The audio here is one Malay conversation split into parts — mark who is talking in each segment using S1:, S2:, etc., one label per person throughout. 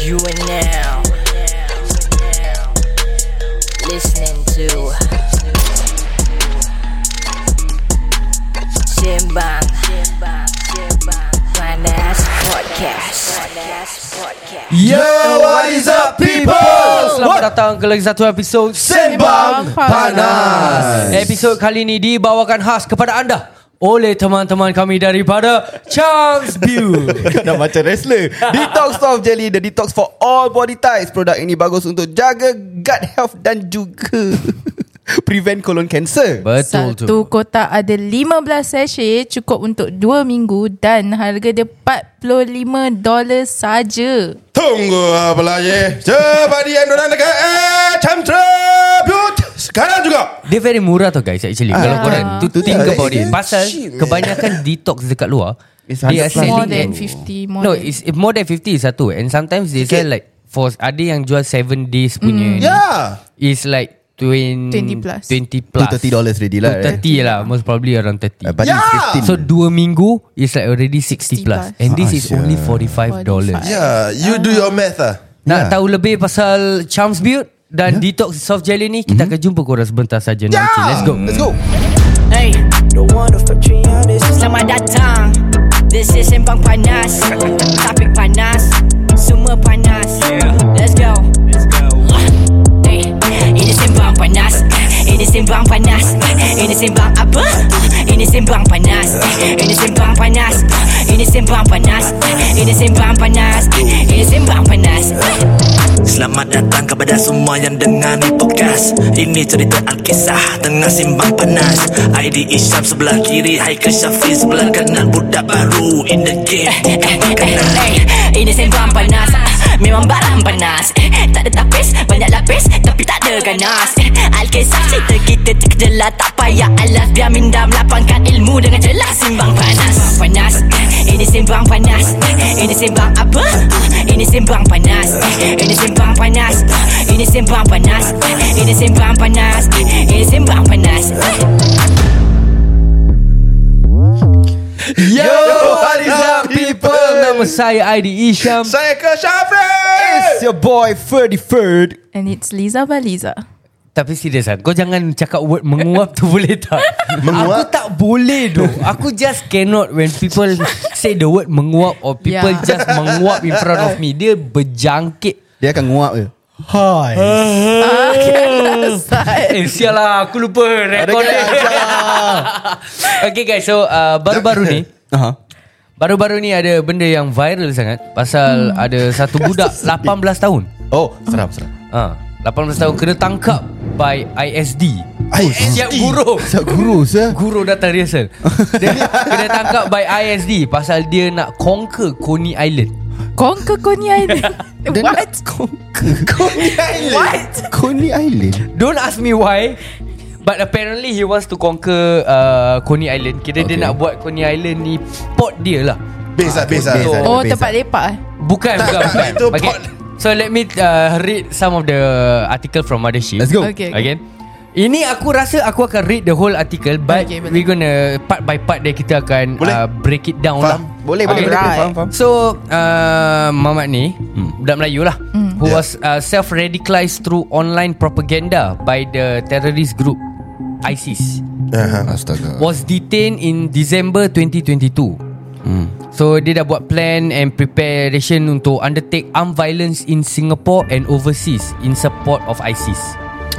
S1: You are now listening to Simbang Panas Podcast.
S2: Yo, what is up people?
S3: Selamat What? datang ke lagi satu episod
S2: Sembang Panas.
S3: Episod kali ini dibawakan khas kepada anda oleh teman-teman kami daripada Charms View.
S2: Dah macam wrestler. Detox Soft Jelly, the detox for all body types. Produk ini bagus untuk jaga gut health dan juga prevent colon cancer.
S3: Betul
S4: Satu kotak ada 15 sachet cukup untuk 2 minggu dan harga dia $45 saja.
S5: Tunggu apa lagi? Cepat dia dorang dekat eh, Chamtrabut sekarang juga.
S3: Dia very murah tau guys actually. Kalau
S2: Ah,
S3: korang tu
S2: Itu
S3: think
S2: dia.
S3: about it.
S2: It's
S3: Pasal
S5: cheap, man.
S3: kebanyakan detox dekat luar.
S2: It's
S3: they are
S2: 100 plus.
S3: selling
S4: More than
S3: at-
S4: 50 more
S3: No,
S4: than-
S3: it's it more than 50 is satu. And sometimes they sell like for ada yang jual 7 days punya. ni.
S5: Yeah.
S3: It's like 20
S4: 20 Mm. plus.
S3: 20
S2: Tu
S3: plus.
S2: $30 ready lah.
S3: To 30 lah Most probably around 30
S2: Eh, but it's
S5: Yeah!
S2: 15.
S3: So 2 minggu Is like already 60 plus
S4: 60 plus.
S3: And this is
S2: Ah,
S3: only
S2: sia.
S3: $45
S5: Yeah,
S4: 45.
S5: Ya, you do your math ah.
S3: Nak
S2: Yeah.
S3: tahu lebih pasal Charms Build Dan Detox Soft Jelly ni
S2: Mhm.
S3: Kita akan jumpa korang sebentar saja nanti Let's go
S2: Let's go.
S1: Hey, selamat datang. This is Sembang Panas. Topik panas, semua panas. Let's go. Hey, ini Sembang Panas. Ini Sembang Panas. Ini Sembang apa? Ini Sembang Panas. Ini Sembang Panas. Ini Sembang Panas. Ini Sembang Panas. Ini Sembang Panas.
S6: Selamat datang kepada semua yang dengar ni podcast Ini cerita Alkisah tengah simbang panas ID Isyam sebelah kiri Haikal Syafiq sebelah kanan Budak baru in the game bukan makanan
S1: Eh, Ini sembang panas Ah, Memang barang panas Eh, Tak ada tapis Banyak lapis Tapi tak ada ganas Eh, Alkisah cerita kita terkejelah Tak payah alas Biar minda melapangkan ilmu Dengan jelas Simbang panas Simbang panas Eh, Ini simbang panas Eh, Ini simbang apa? Ah, Ini simbang panas Eh, Ini simbang panas Ah, Ini simbang panas Eh, Ini simbang panas Eh, Ini simbang panas Eh.
S3: Yo what is up people Nama saya Aidi Isham
S5: Saya ke
S2: It's
S5: Syafiq.
S2: your boy 33rd.
S4: And it's Liza Baliza.
S3: Tapi serius lah Kau jangan cakap word menguap tu boleh tak Aku
S5: Menguap?
S3: tak boleh tu Aku just cannot When people say the word menguap Or people
S4: Yeah.
S3: just menguap in front of me Dia berjangkit
S2: Dia akan nguap je. Hi.
S3: Eh sial lah Aku lupa record ni Okay guys So uh, baru-baru ni
S2: Aha.
S3: Baru-baru ni ada benda yang viral sangat Pasal ada satu budak 18 tahun
S2: Oh, serap serap.
S3: ha, 18 tahun kena tangkap By ISD Eh, Siap guru
S2: Eh, Siap guru saya.
S3: Guru datang rehearsal Dia ni kena tangkap by ISD Pasal dia nak conquer Coney Island
S4: Conquer Coney Island. What?
S2: Coney Island. What? Coney Island.
S3: Don't ask me why But apparently he wants to conquer uh, Coney Island Kira okay. dia
S2: Okay.
S3: nak buat Coney Island ni Port dia lah
S5: Base lah, base lah.
S2: Base lah.
S4: Oh
S2: Beza.
S4: tempat lepak eh?
S3: Bukan
S5: Tak,
S3: bukan,
S5: tak,
S3: bukan.
S5: itu
S3: okay.
S5: port.
S3: So let me uh, read some of the article from Mothership
S2: Let's go.
S4: Okay.
S3: Again ini aku rasa aku akan read the whole article But okay,
S4: Okay, boleh.
S3: we gonna part by part Then kita akan
S5: Boleh.
S3: uh, break it down lah
S2: Faham? Boleh, boleh, boleh. boleh. Faham, faham.
S3: So uh, Mamat ni hmm. Budak Melayu lah Who
S5: Yeah.
S3: was uh, self-radicalized Through online propaganda By the terrorist group ISIS
S5: Aha.
S2: Astaga.
S3: Was detained in December 2022
S2: Hmm.
S3: So dia dah buat plan and preparation Untuk undertake armed violence In Singapore and overseas In support of ISIS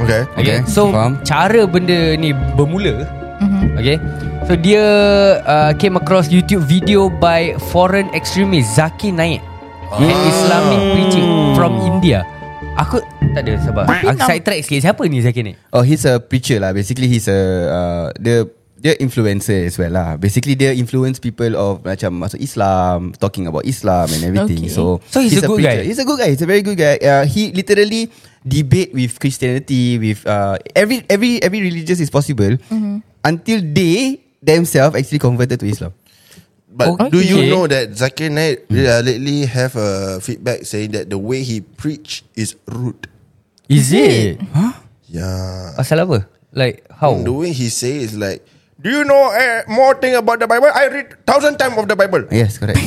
S5: Okay.
S3: Okay, okay. So
S2: faham.
S3: cara benda ni bermula mm-hmm. Okay So dia uh, came across YouTube video by foreign extremist Zaki Naik
S2: Ah.
S3: oh. An Islamic preacher from
S2: Oh.
S3: India Aku tak ada sabar Aku side track sikit Siapa ni Zaki Naik?
S2: Oh, he's a preacher lah. Basically, he's a uh, dia dia influencer as well lah. Basically, dia influence people of macam masuk Islam, talking about Islam and everything.
S4: Okay.
S2: So,
S3: So, he's a good guy?
S2: preacher. He's a good guy. He's a very good guy. Uh, he literally debate with Christianity, with uh, every every every religious is possible until they themselves actually converted to Islam.
S5: But
S3: Okay.
S5: do you know that Zakir Naik uh, lately have a feedback saying that the way he preach is rude.
S3: Is it?
S5: Yeah.
S3: Pasal apa? Like how?
S5: The way he say is like, do you know uh, more thing about the Bible? I read thousand times of the Bible.
S2: Yes, correct.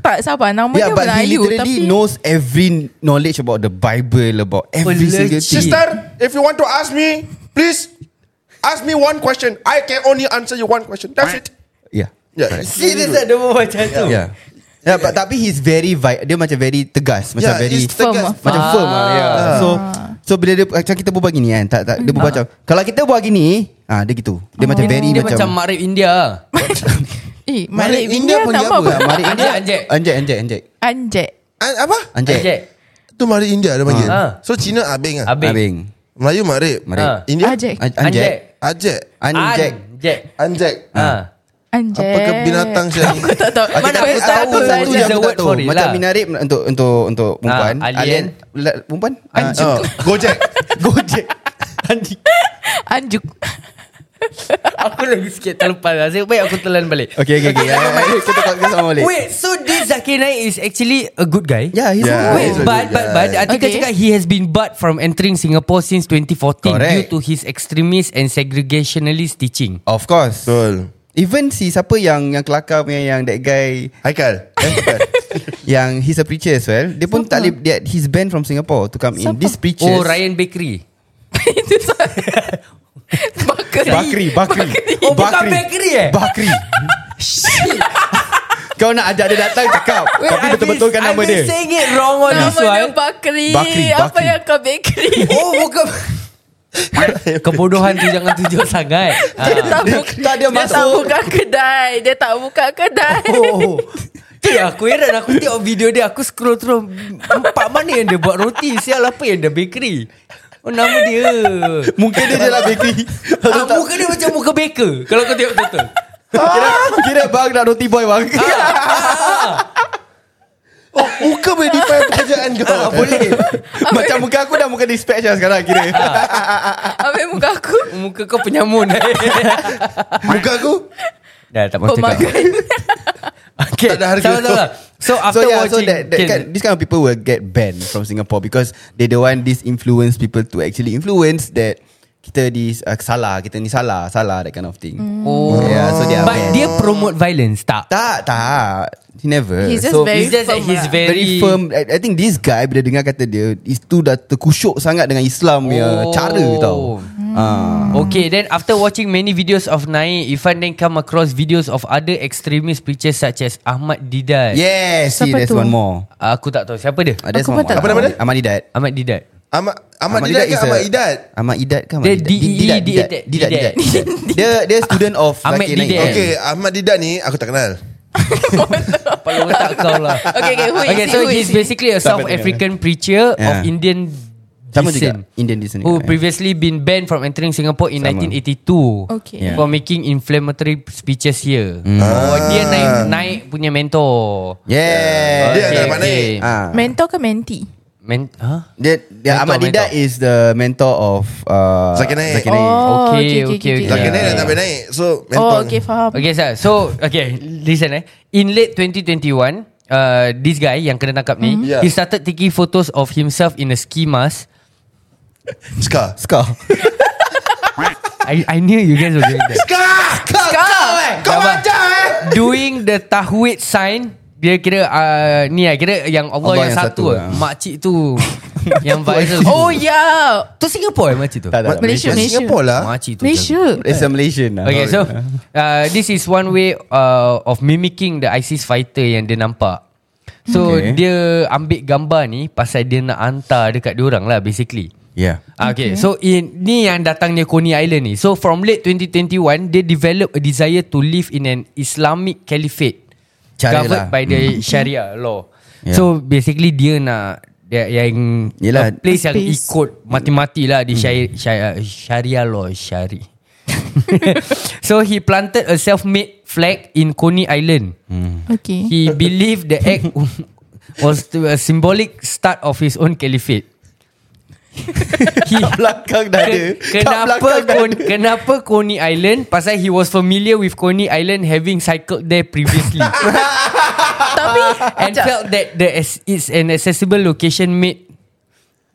S4: tak sabar Nama dia
S2: Yeah, Ya, but he
S4: Melayu
S2: literally
S4: Tapi
S2: knows every knowledge about the Bible, about every single
S3: legit.
S2: thing.
S5: Sister, if you want to ask me, please ask me one question. I can only answer you one question. That's it. Ya.
S2: Yeah.
S5: Yeah.
S2: Correct.
S3: See dia tak demo macam tu
S2: Yeah. Yeah, Ya. but tapi he's very vi- dia macam very tegas,
S5: Yeah,
S2: macam very
S5: ya, it's tegas.
S4: Firm.
S2: macam firm lah. Yeah.
S3: Ah.
S2: So so bila dia macam kita buat gini kan, tak tak dia buat macam kalau kita buat gini, ah dia gitu. Dia macam very
S3: Dia
S2: macam
S3: macam Marib India
S4: Eh
S5: Malik
S4: Malik
S5: India
S4: India
S5: pun
S4: Nama
S5: dia apa
S4: apa
S5: lah,
S2: Mari
S3: Anjek, anjek.
S2: Anjek anjek anjek.
S4: Anjek
S5: An- Ah, apa?
S2: Anjek.
S3: Anjek
S5: Tu mari India dia panggil.
S3: Ah.
S5: So Cina abeng ah.
S3: Abang
S2: Abing.
S5: Melayu mari.
S2: Mari.
S3: Ah.
S5: India
S4: Anjek
S2: An-
S3: Anjek
S2: Anjek.
S5: Ajek.
S2: Anjek.
S3: Anjek
S5: Anjek.
S2: Ha.
S3: Ah.
S4: Anjek
S5: Apakah binatang saya ni?
S4: Aku tak tahu
S2: Aku
S4: Mana
S2: tak
S4: aku tahu
S2: tahu satu
S3: saja.
S2: yang
S3: The
S2: aku tak
S3: word
S2: tahu.
S3: for it
S2: Macam
S3: lah.
S2: minarik untuk untuk untuk perempuan.
S3: Ah, alien.
S2: La- Perempuan? Ah,
S3: Anjek.
S5: Oh, Gojek.
S2: Gojek.
S4: Anjuk
S3: Aku lagi sikit terlepas Nasib baik aku telan balik
S2: Okay okay okay. Ah, ah, Kita tak kita sama balik. Ya,
S3: Wait so this Zakir Naik Is actually a good guy
S2: Yeah, he's
S5: Yeah. Wait,
S2: yeah.
S3: Wait,
S5: he's a
S3: but,
S5: good
S3: but,
S5: guy.
S3: but Atika
S4: Okay.
S3: cakap he has been barred from entering Singapore since 2014 due
S2: Correct.
S3: to his extremist and segregationalist teaching.
S2: Of course.
S5: Betul.
S2: Even si siapa yang yang kelakar punya yang that guy
S5: Haikal. Eh, bukan.
S2: yang he's a preacher as well. Dia pun
S4: Siapa?
S2: tak boleh dia he's banned from Singapore to come in.
S4: Siapa?
S2: This preacher.
S3: Oh, Ryan Bakery.
S4: Itu salah. Bakri
S2: Bakri, Bakri.
S3: Oh, bukan bakery eh?
S2: Bakri. Kau nak ajak dia datang cakap. Tapi betul-betulkan kan nama
S3: I've
S2: dia.
S3: been saying it wrong on
S4: Nama
S3: this
S4: dia
S3: one.
S4: Bakri
S2: Bakri,
S4: Apa
S2: Bakri.
S4: yang kau bakery
S3: Oh, bukan. Kebodohan tu jangan tunjuk sangat.
S4: Dia
S3: Ah.
S4: tak
S2: Dia-
S4: buka,
S2: tak, dia
S4: dia tak
S2: masuk.
S4: buka kedai Dia tak buka kedai
S3: Oh. Eh, aku heran aku tengok video dia Aku scroll through Empat mana yang dia buat roti Sial apa yang dia bakery Oh nama dia
S2: Mungkin dia je lah bakery.
S3: ah, Muka dia macam muka baker Kalau kau tengok betul
S2: kira, kira bang nak roti boy bang.
S3: Ah.
S5: Oh, muka boleh define pekerjaan kau.
S2: Ah, boleh. Macam muka aku dah muka dispatch lah sekarang kira.
S5: Ah,
S4: Ambil muka aku
S3: Muka kau penyamun
S5: Muka aku
S3: Dah tak mahu
S4: Oh
S3: cakap
S4: Pemakan
S3: okay.
S5: Tak ada harga.
S3: Sama, sama. So
S2: so
S3: after
S2: yeah, so
S3: watching
S2: that, that kan-
S3: okay.
S2: kind, this kind of people will get banned from Singapore because they don't want this influence people to actually influence that kita di uh, salah, kita ni salah, salah that kind of thing.
S3: Oh
S2: Yeah, so they are
S3: But
S2: banned.
S3: dia promote violence tak?
S2: Tak, tak. He never.
S4: He's just
S2: so,
S4: very
S3: It's just that
S4: firm
S3: he's
S4: lah.
S3: very,
S2: very firm. I, I think this guy bila dengar kata dia, itu dah terkusyuk sangat dengan Islam punya
S3: Oh. Hmm.
S2: cara tau. Ah.
S3: Okay then after watching many videos of Naik Ifan then come across videos of other extremist preachers Such as Ahmad Didat
S2: Yes, see,
S4: Siapa
S2: there's
S4: tu?
S2: one more.
S3: Aku tak tahu siapa dia
S2: Ah, there's
S4: Aku pun
S2: one
S4: tak
S2: more.
S4: tahu.
S5: Apa nama dia?
S2: Ahmad Didat.
S3: Ahmad Didat
S5: Ahmad Ahmad Idat ke
S2: is
S5: Ahmad
S2: a-
S5: Idat?
S2: Ahmad Idat ke Ahmad
S3: Dia
S2: Idat?
S3: D- E-
S2: Didat,
S3: D-
S2: Didat,
S3: Didat,
S2: Didat,
S3: Didat.
S2: Didat. Dia dia student of
S3: Ahmad
S2: Zaki Naik. kan?
S3: Didat.
S5: Okay, Ahmad Didat ni aku tak kenal.
S3: Kepala otak kau lah
S4: Okay, okay, who is
S3: Okay
S4: he?
S3: so
S4: Who is
S3: he's
S4: he?
S3: basically a South
S2: dengar.
S3: African preacher Of
S2: Yeah.
S3: Indian
S2: Sama
S3: descent.
S2: juga Indian descent.
S3: who
S2: juga, ya.
S3: previously been banned from entering Singapore in
S2: lah, eh. Sama.
S3: 1982
S4: Okay.
S2: Yeah. Mm.
S3: for making inflammatory speeches here.
S5: Ah.
S3: Oh, dia naik naik punya mentor.
S5: Oh,
S2: eh. Yeah.
S5: Dia
S2: Okay.
S5: adalah Ahmad Naik.
S2: Ah.
S4: Mentor ke menti?
S3: Men, huh?
S2: Dia, dia
S3: Mentor,
S2: Ahmad
S3: mentor.
S2: Didat
S3: Oh.
S2: is the mentor of uh,
S5: Zaki Naik.
S2: Zaki Naik.
S3: Okay, okay, okay.
S5: Tak
S3: Yeah.
S5: kenal dah tak boleh naik. So mentor.
S4: Oh, okay, faham
S3: Okay, sir. So, okay, listen eh. In late 2021, uh, this guy yang kena tangkap ni,
S2: Mm-hmm.
S5: Yeah.
S3: he started taking photos of himself in a ski mask.
S5: Ska.
S2: Ska.
S3: I, I knew you guys were doing that.
S5: Ska.
S4: Kau
S5: Kau
S3: Sabar.
S5: macam eh.
S3: doing the tahwid sign, dia kira uh, ni lah, kira yang Allah,
S2: Allah
S3: yang,
S2: yang
S3: satu,
S2: satu,
S3: lah.
S2: ah.
S3: Makcik tu yang viral. ya.
S4: Oh yeah
S3: tu Singapore eh makcik tu?
S2: Tak, tak, tak.
S4: Malaysia, Malaysia.
S5: Singapore lah.
S3: Makcik tu.
S4: Malaysia
S2: It's a Malaysian lah.
S3: Okay, so uh, this is one way uh, of mimicking the ISIS fighter yang dia nampak. So okay.
S2: Okay.
S3: dia ambil gambar ni pasal dia nak hantar dekat diorang lah basically.
S2: Yeah.
S3: Ah, Okay, okay. so in, ni yang datangnya Coney Island ni. So from late 2021, dia develop a desire to live in an Islamic caliphate
S2: Cara
S3: covered
S2: lah.
S3: by the Sharia law. Yeah.
S2: Yeah.
S3: So basically dia nak dia, yang
S2: Yelah.
S3: a
S2: Hmm.
S3: place yang
S4: Space.
S3: ikut mati-mati lah di syari, syari, Sharia law Syari. so he planted a self-made flag in Coney Island.
S2: Hmm.
S4: Okay
S3: He believed the act was to a symbolic start of his own caliphate. he,
S2: Belakang dah ada.
S3: Ken-
S2: Kat
S3: kenapa
S2: belakang dah
S3: Kon,
S2: ada.
S3: kenapa Coney Island? Pasal he was familiar with Coney Island having cycled there previously
S4: Tapi
S3: and
S4: Sekejap.
S3: felt that the as- it's an accessible location made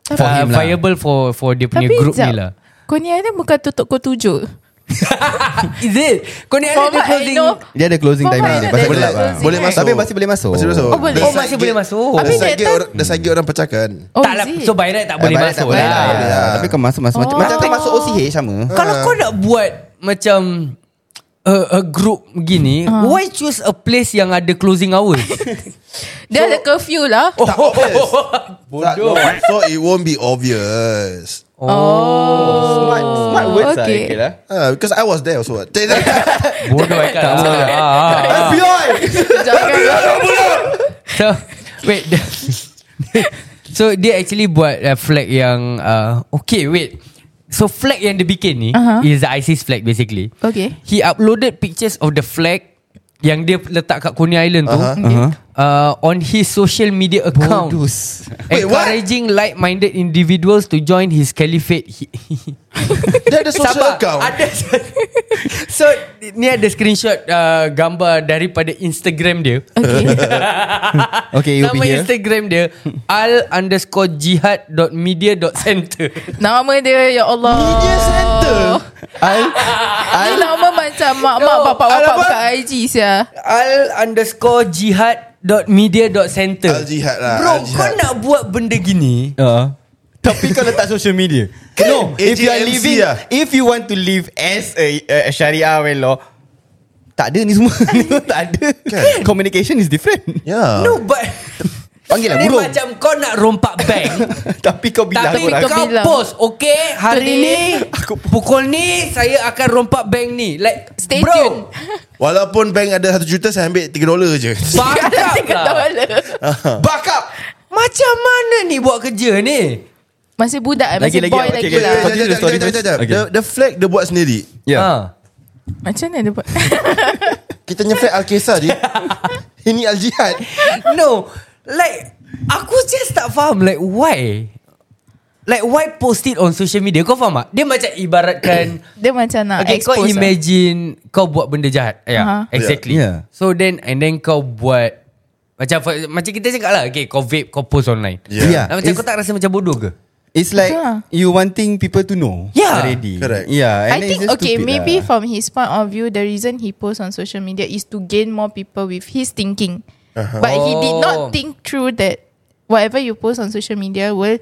S4: Tapi-
S3: for
S2: lah.
S3: uh, viable for for dia punya
S4: Tapi
S3: group
S4: sekejap.
S3: ni lah.
S4: Kau ni ada bukan tutup kau tujuh
S3: Is it? Kau ni
S4: For
S3: ada
S4: what I
S3: closing
S4: know
S2: Dia ada closing
S4: For mine
S2: timer dia
S4: ada
S2: Pasal
S4: closing
S2: gelap lah
S4: time.
S5: Boleh masuk
S2: Tapi masih boleh masuk
S5: Masih boleh masuk
S3: Ah,
S4: Oh, boleh.
S5: The
S4: Oh,
S5: side
S3: masih boleh
S5: gate-
S3: masuk.
S5: The
S4: Tapi
S5: side
S4: that
S5: gate
S4: time-
S5: orang- the side gate orang pecahkan
S4: Oh
S3: tak lah
S4: is it?
S3: So by right tak
S2: Eh,
S3: boleh
S2: barat tak
S3: masuk
S2: boleh
S3: lah
S2: tak boleh lah. Tapi kau masuk masuk macam
S4: Oh.
S2: macam kau masuk OCH sama.
S3: Kalau kau nak buat Macam A, a group gini
S4: Ah.
S3: uh. Why choose a place Yang ada closing hours
S4: Dia ada curfew lah
S3: Oh.
S5: Tak obvious Tak, no. So it won't be obvious
S2: Smart smart words lah.
S4: Okay.
S2: Okay lah.
S5: Ah, Because I was there also what.
S3: Bodoh Haikal ah, ah, ah.
S2: FBI.
S4: Jangan
S3: So Wait the, So dia actually buat uh, Flag yang uh, Okay wait So flag yang dia bikin ni
S4: Aha.
S3: uh-huh. Is the ISIS flag basically
S4: Okay.
S3: He uploaded pictures of the flag Yang dia letak kat Coney Island tu
S5: Aha.
S3: uh-huh. uh, On his social media account
S2: Modus.
S5: Wait, what?
S3: Encouraging like-minded individuals To join his caliphate He-
S5: Dia ada social
S3: Sabar.
S5: account
S3: Ada So Ni ada screenshot uh, Gambar daripada Instagram dia
S4: Okay
S2: Okay, you'll
S3: Nama
S2: be here.
S3: Instagram dia Al underscore jihad dot media dot center
S4: Nama dia Ya Allah
S5: Media center
S3: Oh.
S2: Al
S4: Ni
S2: Al
S4: nama macam Mak-mak
S3: No,
S4: bapak-bapak
S3: alamak.
S4: buka IG sia
S3: Al underscore jihad dot media dot center
S5: Al-Jihad lah,
S3: Bro
S5: Al-Jihad.
S3: kau nak buat benda gini
S2: Uh, tapi kau letak social media No If you are
S5: AJMC
S2: living
S5: lah.
S2: If you want to live As a, a syariah well law Tak ada ni semua Tak ada
S5: Kan? Ya.
S2: Communication is different
S5: Yeah
S3: No but
S2: Panggil lah
S3: Ni
S2: burung
S3: macam kau nak rompak bank
S2: Tapi kau bilang
S3: Tapi
S2: orang
S3: kau
S4: kau bilang.
S3: post Okay hari
S4: Today,
S3: ni Pukul ni Saya akan rompak bank ni Like
S4: Stay
S3: bro,
S4: tuned.
S5: Walaupun bank ada 1 juta Saya ambil 3 dolar je
S3: Fuck
S4: Ada
S3: up
S4: tiga
S3: lah
S4: dollar
S2: Back up
S3: Macam mana ni buat kerja ni
S4: Masih budak eh, Masih
S2: Lagi-lagi,
S4: boy
S2: okay,
S4: lagi
S2: okay,
S4: lah
S2: okay. Continue the story
S5: Jap, jap,
S2: first.
S5: jap, jap, jap.
S2: Okay.
S5: The- The flag dia buat sendiri
S3: Ya. Ha.
S2: Yeah
S4: Macam mana dia buat
S5: Kita punya flag Al-Qisar ni Ini Al-Jihad
S3: ha. No Like Aku just tak faham Like why Like why post it on social media Kau faham tak Dia macam ibaratkan
S4: Dia macam nak
S3: Okay kau
S4: expose lah.
S3: imagine Kau buat benda jahat Ya yeah,
S4: Aha.
S3: Exactly
S2: Yeah.
S3: So then And then kau buat Macam for- macam kita cakap lah Okay kau vape Kau post online
S5: Yeah.
S2: Yeah.
S3: Ah, Macam
S2: It's-
S3: kau tak rasa macam bodoh ke
S2: It's like
S4: Betul lah.
S2: You wanting people to know
S3: Yeah.
S2: Already
S5: Correct.
S2: Yeah and
S4: I
S2: then it's
S4: think
S2: just
S4: okay
S2: stupid
S4: maybe
S2: lah.
S4: from his point of view the reason he posts on social media is to gain more people with his thinking
S2: Uh-huh.
S4: but he did
S3: Oh.
S4: not think through that whatever you post on social media will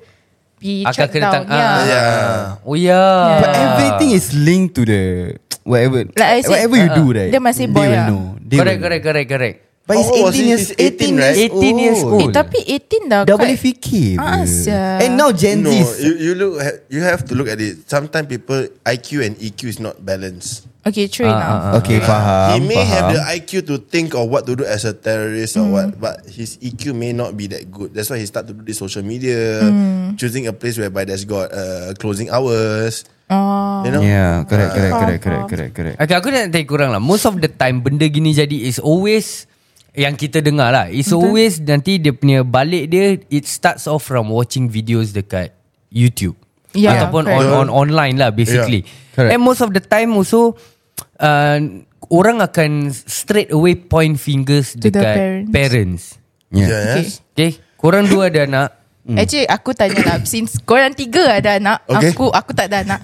S4: be
S3: Akan
S4: tracked
S3: kena
S4: down
S3: tang- ah.
S4: yeah.
S3: Oh yeah.
S2: But everything is linked to the Whatever
S4: Like I said, uh,
S2: Whatever you do
S3: uh-uh.
S2: right
S4: Dia masih boy
S2: They will
S4: lah.
S2: know They
S3: correct, correct,
S2: will know.
S3: correct, correct.
S2: But it's
S5: Oh, oh,
S2: 18 years
S5: it's 18,
S2: 18 years
S5: right?
S3: 18 years
S2: old.
S3: old.
S4: Eh, tapi 18 dah
S2: Dah boleh
S4: quite-
S2: fikir
S4: Ah, sia.
S2: E And now Gen
S5: No
S2: Z
S5: you, you look ha- You have to look at it Sometimes people IQ and EQ is not balanced
S4: okay true
S3: Ah,
S4: enough
S2: Ah, Okay
S5: He
S3: Uh-huh.
S2: faham
S5: may
S2: faham.
S5: have the IQ to think Of what to do as a terrorist Or
S3: Mm.
S5: what But his EQ may not be that good That's why he start to do this social media
S3: Mm.
S5: Choosing a place whereby There's got uh, Closing hours
S3: ah.
S4: oh.
S5: You know
S2: Yeah correct correct
S4: Faham,
S2: correct correct
S4: faham.
S2: correct correct
S3: Okay, aku nak tanya korang lah. Most of the time, benda gini jadi is always yang kita dengar lah. It's always nanti dia punya balik dia, it starts off from watching videos dekat YouTube.
S4: Yeah,
S3: Ataupun on,
S4: Ya, correct.
S3: on online lah basically.
S5: Yeah,
S2: correct.
S3: And most of the time also, uh, orang akan straight away point fingers
S4: To the
S3: dekat
S4: parents.
S3: parents.
S2: Yeah
S5: Yes
S3: Okay, korang dua ada anak.
S4: actually aku tanya lah since korang tiga ada anak
S5: Okay.
S4: aku aku tak ada anak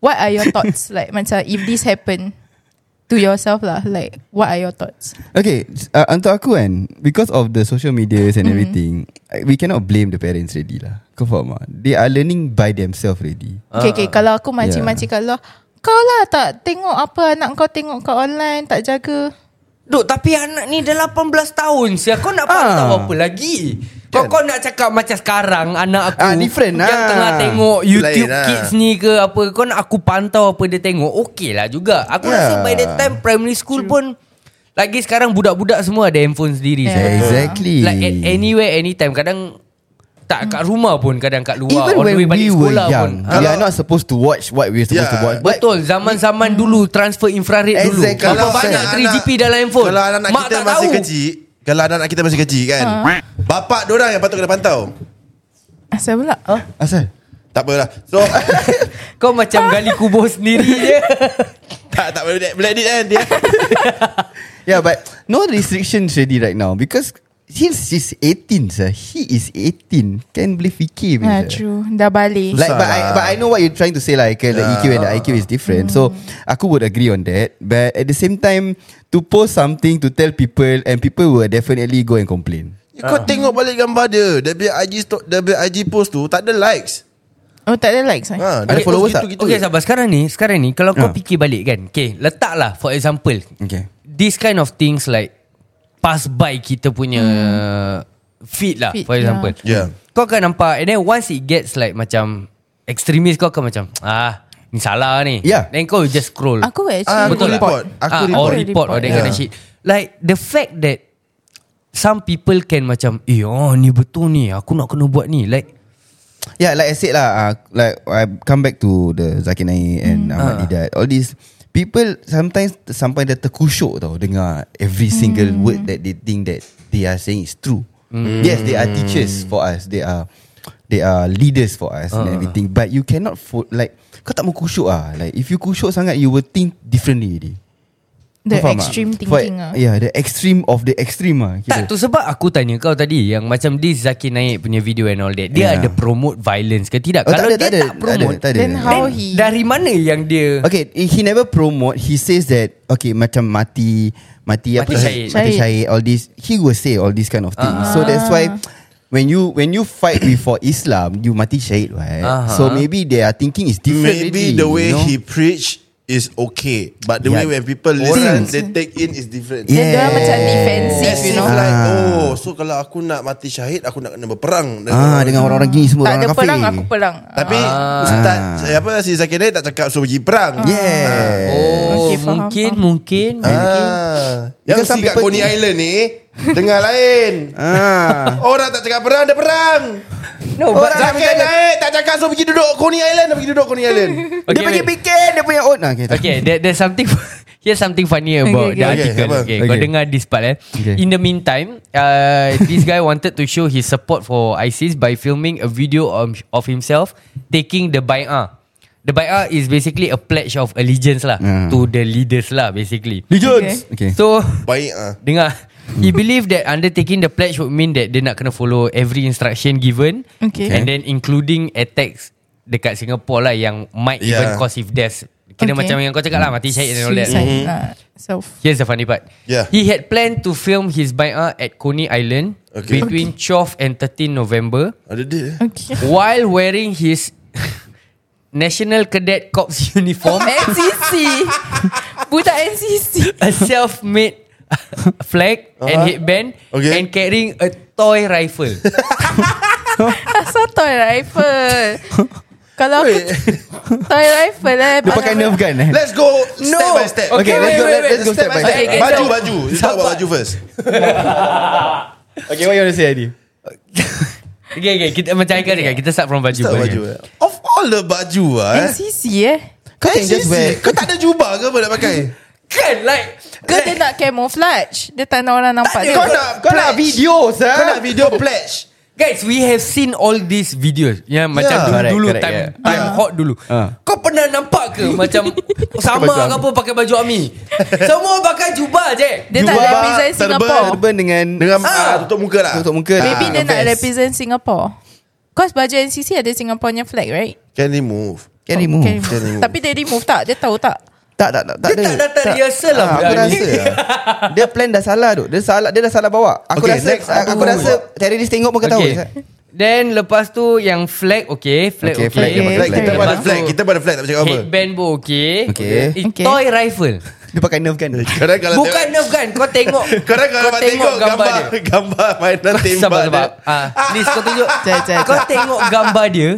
S4: what are your thoughts like macam if this happen to yourself lah like what are your thoughts
S2: Okay uh, Untuk aku kan Because of the social
S3: Mm-hmm.
S2: medias and everything I- We cannot blame the parents already lah Kau faham tak? They are learning by themselves already
S4: Okay, okay. Kalau aku
S2: Yeah.
S4: macam-macam kalau kau lah tak tengok apa anak kau tengok kat online tak jaga.
S3: Duk tapi anak ni dah 18 tahun Sia kau nak faham
S2: Ah. Kan?
S3: tak apa lagi kau, kau nak cakap macam sekarang Anak aku
S2: Ah, different
S3: Yang
S2: lah.
S3: tengah tengok
S5: Lain
S3: YouTube
S5: lah.
S3: kids ni ke apa Kau nak aku pantau apa dia tengok Okey lah juga Aku
S2: Ya.
S3: yeah. rasa
S5: Yeah.
S3: by the time primary school pun Lagi sekarang budak-budak semua ada handphone sendiri
S2: Ya.
S4: Yeah.
S3: yeah.
S2: Exactly
S3: Like at anywhere anytime Kadang tak kat rumah pun Kadang kat luar
S2: Even
S3: on the
S2: when
S3: way balik
S2: we were
S3: sekolah
S2: young
S3: pun. Ah,
S2: We are not supposed to watch What we're supposed
S5: Yeah.
S2: to watch But
S3: Betul Zaman-zaman dulu Transfer infrared dulu
S2: Exactly.
S3: Berapa
S2: Kalau
S3: banyak
S5: anak-
S3: 3GP dalam handphone
S5: Kalau anak
S3: Mak
S5: kita
S3: tak
S5: masih
S3: tahu. Uh-huh.
S5: kecil Kalau anak kita masih kecil kan Bapak diorang yang patut kena pantau
S4: Asal pula? Oh.
S2: Asal
S5: Tak apalah So
S3: Kau macam gali kubur sendiri je
S5: Tak tak boleh Black kan dia
S2: Yeah, but no restrictions already right now because Since she's 18 sir, he is 18. Can E boleh fikir pun,
S4: Ah,
S2: sir.
S4: true. Dah balik.
S2: Like, but I
S5: Susah.
S2: but I know what you're trying to say like okay, the EQ and the IQ is different. So aku would agree on that. But at the same time, to post something to tell people and people will definitely go and complain.
S5: Kau tengok balik gambar dia Dia punya IG, sto- dia punya IG post tu Tak ada likes
S4: oh, tak ada likes. Ha.
S5: ha, Dia
S2: Ada
S5: followers
S2: post
S5: gitu, gitu
S3: Okay sabar Sekarang ni Sekarang ni Kalau kau
S5: Ha.
S2: Ah.
S3: fikir balik kan Okay Letaklah for example
S2: Okay.
S3: This kind of things like Pass by kita punya
S5: Hmm.
S3: Feed lah
S4: Feed,
S3: For example
S5: yeah. Yeah.
S3: Kau akan nampak And then once it gets like Macam Extremist kau akan macam Ah Ni salah ni
S2: Yeah.
S3: Then kau just scroll
S4: Aku
S5: Ah, Ya.
S4: actually.
S5: aku
S3: Betul
S5: report.
S3: tak?
S5: Aku
S3: ah,
S5: report. ya.
S3: Or report or that
S4: Yeah.
S3: kind of shit Like the fact that Some people can macam Eh oh, ni betul ni Aku nak kena buat ni Like
S2: Yeah, like I said lah, uh, like I come back to the Zakir Naik and
S4: Hmm.
S2: Ahmad
S4: Ah.
S2: Didat. All these people sometimes sampai dah terkusyuk tau dengar every single
S4: Hmm.
S2: word that they think that they are saying is true. Yes, they are teachers for us. They are they are leaders for us
S4: Ah.
S2: and everything. But you cannot fo- like kau tak mau kusyuk ah. Like if you kusyuk sangat you will think differently already.
S4: The
S2: Kau faham tak?
S4: extreme
S2: For-
S4: thinking ah.
S2: Yeah, the extreme of the extreme ah.
S3: Tak tu sebab aku tanya kau tadi Yang macam this Zaki Naik punya video and all that Dia yeah.
S2: Yeah.
S3: ada promote violence ke tidak
S2: Ya. Oh,
S3: Kalau
S2: tak ada,
S3: dia tak,
S2: tak ada, tak ada,
S3: promote
S2: tak ada.
S4: Then how-
S3: then
S4: he-
S3: Dari mana yang dia
S2: Okay, he never promote. He says that okay, macam mati, mati,
S3: Mati
S2: apa,
S3: syahid.
S2: mati
S4: Syahid.
S2: syahid. All this, he will say all these kind of things. So that's why when you when you fight before Islam, you mati syahid, right?
S3: Aha.
S2: So maybe they are thinking is different.
S5: Maybe
S2: already,
S5: the way
S2: you know?
S5: he preach Is okay But the
S2: Yeah.
S5: way when people listen They take in is different
S4: Then yeah.
S2: Yeah.
S4: macam defensive,
S5: As
S4: you
S5: if
S4: know.
S5: like
S2: Ah.
S5: Oh so kalau aku nak mati syahid Aku nak kena berperang
S2: ah dengan orang-orang gini semua
S4: Tak ada
S2: orang kafir.
S4: perang, aku perang.
S5: Tapi
S3: Ah.
S5: tak, apa si Zakir Naik tak cakap suruh pergi perang.
S3: Oh
S2: Yeah.
S4: Okay,
S3: okay,
S4: faham,
S3: mungkin
S4: faham.
S3: Mungkin
S5: Ah. Yang
S2: Because some
S5: si kat
S2: people
S5: Coney
S2: think-
S5: Island ni dengar lain.
S2: Ah. Oh,
S5: Orang tak cakap perang Dia perang
S3: No but
S5: Orang Zakir Naik tak cakap Suruh pergi duduk Coney Island Dia pergi duduk Coney Island
S3: Okay,
S2: dia pergi
S3: wait.
S2: bikin dia punya own. Ah, okay, tak.
S3: Okay, there, there's something here's something funny about okay,
S4: Okay,
S3: the
S4: okay.
S5: Okay,
S3: article.
S5: apa?
S3: Okay, okay. kau
S2: Okay.
S3: dengar this part eh. Okay.
S2: Okay.
S3: In the meantime, uh, this guy wanted to show his support for ISIS by filming a video of, of himself taking the bai'ah. The bai'ah is basically a pledge of allegiance lah
S2: Hmm.
S3: to the leaders lah basically.
S2: Legions. Okay. So,
S3: So
S5: Baik ah.
S3: dengar He believed that undertaking the pledge would mean that dia nak kena follow every instruction given
S4: Ah. Okay.
S3: and then including attacks dekat Singapore lah yang might even
S5: Yeah.
S3: cause if death. Kena
S4: Okay.
S3: macam yang kau cakap lah mati syahid and all that.
S4: Suicide
S2: Mhm.
S4: lah. Self.
S3: Here's the funny part.
S5: Yeah.
S3: He had planned to film his bai'ah at Coney Island
S5: Okay.
S3: between 12 and 13 November
S5: Ada dia eh?
S4: Okay.
S3: while wearing his National Cadet Corps uniform,
S4: NCC. Budak NCC.
S3: a self-made flag and
S2: Uh-huh.
S3: headband
S5: Okay.
S3: and carrying a toy rifle.
S4: Asal toy rifle. Kalau aku
S5: Wait.
S4: toy rifle eh.
S2: dia pakai nerf gun eh.
S5: Let's go Step by step
S2: Okay, let's go
S3: wait, wait,
S2: let's go step by
S5: by
S2: step.
S5: step.
S4: Okay, okay,
S5: Baju
S4: so-
S5: baju You talk about baju first
S2: Okay, what you want to say Adi?
S3: okay, okay. Kita, macam Haikal cakap, kita start from baju.
S5: Start
S3: dulu.
S5: baju eh. Of all the baju ah. eh,
S4: NCC eh.
S2: Kau can
S5: NCC.
S2: just wear
S5: Kau tak ada jubah ke apa nak pakai
S3: Kan, like...
S4: Ke dia nak camouflage. Dia tak nak orang nampak dia.
S5: Kau nak
S2: Kau
S5: pledge.
S2: nak video sir
S5: Kau nak video pledge
S3: Guys, we have seen all these videos yang macam
S5: Yeah.
S3: dulu,
S2: Correct,
S3: dulu
S2: correct,
S3: time
S2: yeah.
S3: time hot dulu.
S2: Ah.
S3: Kau pernah nampak ke macam sama
S2: Pakai baju
S3: ke apa pakai baju army? Semua pakai jubah je.
S4: Dia tak
S5: Jubah,
S4: represent
S5: turban,
S4: Singapore.
S2: Urban dengan
S5: Dengan ah. tutup muka lah
S2: Tutup muka.
S4: Maybe
S2: Ah,
S4: dia nak
S2: vest.
S4: represent Singapore. Cause baju NCC ada Singapore punya flag, right?
S5: Can remove
S2: Can remove
S4: Can
S5: Can remove.
S4: Tapi dia remove tak? Dia tahu tak?
S2: Tak tak tak, tak
S3: Dia tak datang rehearsal lah
S2: Ah, Aku
S3: budak ni.
S2: rasa ah. Dia plan dah salah tu Dia salah dia dah salah bawa Aku
S5: Okay,
S2: rasa
S5: next.
S2: aku, aku rasa Teroris tengok pun ketawa
S3: Okay. Then lepas tu yang flag okay, flag okay.
S2: Okay, flag, dia pakai
S5: Flag, kita
S2: Flag.
S5: pada
S3: Lepas tu
S5: flag Kita pada flag tak cakap apa
S3: Headband pun okay.
S2: Okay.
S3: Eh,
S4: Okay.
S3: Toy rifle.
S2: Dia pakai kan? nerf gun
S5: Kadang kalau
S3: Bukan nerf gun, kau tengok.
S5: tengok- Kadang kalau
S3: kau
S5: tengok, tengok gambar
S3: dia.
S5: Gambar mainan tembak
S3: Sabar,
S5: dia
S3: sabar. Ah, please kau tunjuk.
S4: Jap, jap,
S3: kau
S4: jap.
S3: tengok gambar dia.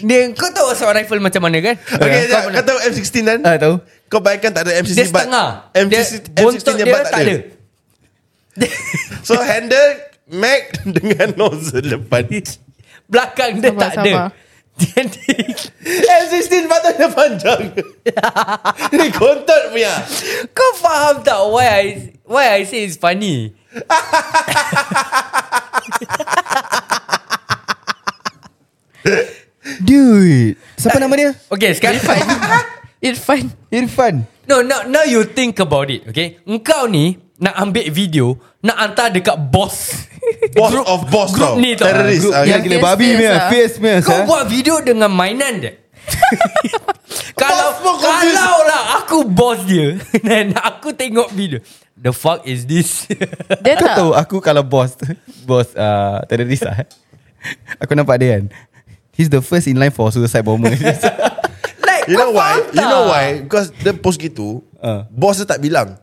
S3: Dia kau tahu asal rifle macam mana kan?
S5: Okay,
S3: kau,
S5: jap, kau tahu M16 kan?
S2: Ah tahu
S5: Kau bayangkan tak ada M16
S3: dia
S5: bat.
S3: setengah.
S5: M16
S3: dia, bontot
S5: M16 dia bat tak ada. So handle Mac dengan nozzle depan.
S3: Belakang dia
S4: Sabar,
S3: tak ada.
S4: sabar.
S3: Jadi
S5: M16 batang dia panjang. Ni kontot punya.
S3: kau faham tak why I why I say it's funny?
S2: Dude Siapa nama dia?
S3: Okay, sekarang
S4: Irfan.
S2: Irfan
S3: No, now, now you think about it, okay? Engkau ni nak ambil video, nak hantar dekat bos.
S5: Boss of boss
S3: group
S5: tau.
S3: ni tau.
S5: Teroris.
S3: Group-
S5: Ah,
S2: Yang lah.
S5: okay.
S2: gila
S4: Yes,
S2: babi
S4: yes,
S2: punya
S4: ah.
S2: Face punya
S3: Kau
S2: sah.
S3: buat video dengan mainan dia. kalau
S5: Boss pun confused.
S3: kalau lah aku bos dia dan aku tengok video. The fuck is this?
S4: Dia
S2: Kau
S4: tak
S2: tahu aku kalau bos Bos uh, teroris lah Aku nampak dia kan He's the first in line for suicide bomber
S3: like
S5: You know why?
S3: kau faham
S5: You know
S3: tak?
S5: why? Because dia post gitu,
S2: Ah.
S5: boss dia tak bilang.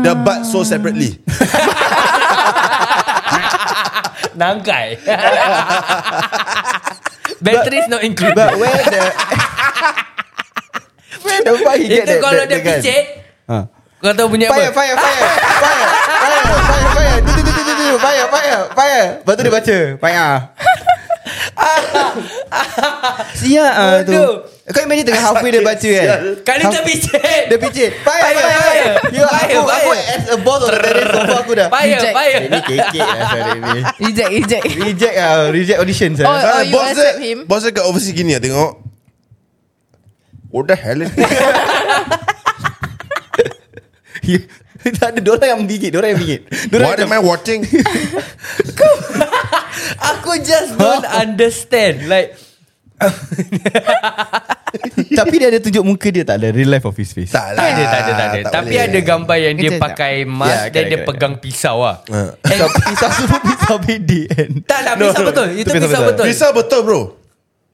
S5: Dia butt so separately.
S3: Ah. Nangkai. Batteries not included.
S2: But where the Where the fuck he get
S3: Itu
S2: that
S3: kalau
S2: that-
S3: dia
S2: that gun?
S3: picit,
S2: Ha.
S3: kau tahu bunyi
S2: Fire,
S3: apa?
S2: fire, fire, fire, fire, fire, fire, Tu, tu, tu, tu, tu, tu. fire, fire, fire. Lepas tu dia baca, fire. ah. Sia ah tu.
S3: Bodoh.
S2: Kau imagine tengah halfway dia baca kan.
S3: Kali
S2: Half-
S3: dia picit.
S2: Dia picit Fire
S3: Fire,
S2: fire
S3: fire.
S2: fire Yo,
S3: Fire,
S2: aku, aku
S3: fire.
S2: as a boss of the terrorist Sofa aku dah
S3: Fire,
S4: Reject.
S3: fire.
S2: Ini kekek lah Sorry ni
S4: Reject Reject
S2: Reject lah Reject audition saya.
S4: Oh,
S5: Ah,
S4: you
S5: boss dia,
S4: accept him?
S5: boss dia kat overseas gini lah, tengok. What the hell is this?
S2: Tak ada Diorang yang menggigit Diorang yang menggigit Diorang
S5: What
S2: yang
S5: am I watching?
S3: Aku just don't understand. Like,
S2: Tapi dia ada tunjuk muka dia Tak ada real life of his face
S5: tak lah.
S3: tak ada, tak ada, tak ada.
S5: tak
S3: Tapi
S5: boleh.
S3: ada gambar yang dia
S2: Kita tak-
S3: pakai
S2: Ya,
S3: mask dan
S2: correct,
S3: dia
S2: correct, Ha.
S3: pegang pisau lah.
S5: Ah.
S3: And-
S2: Pisau- Pisau semua pisau BD kan
S3: Tak lah, pisau betul. Itu pisau betul.
S5: Pisau betul bro.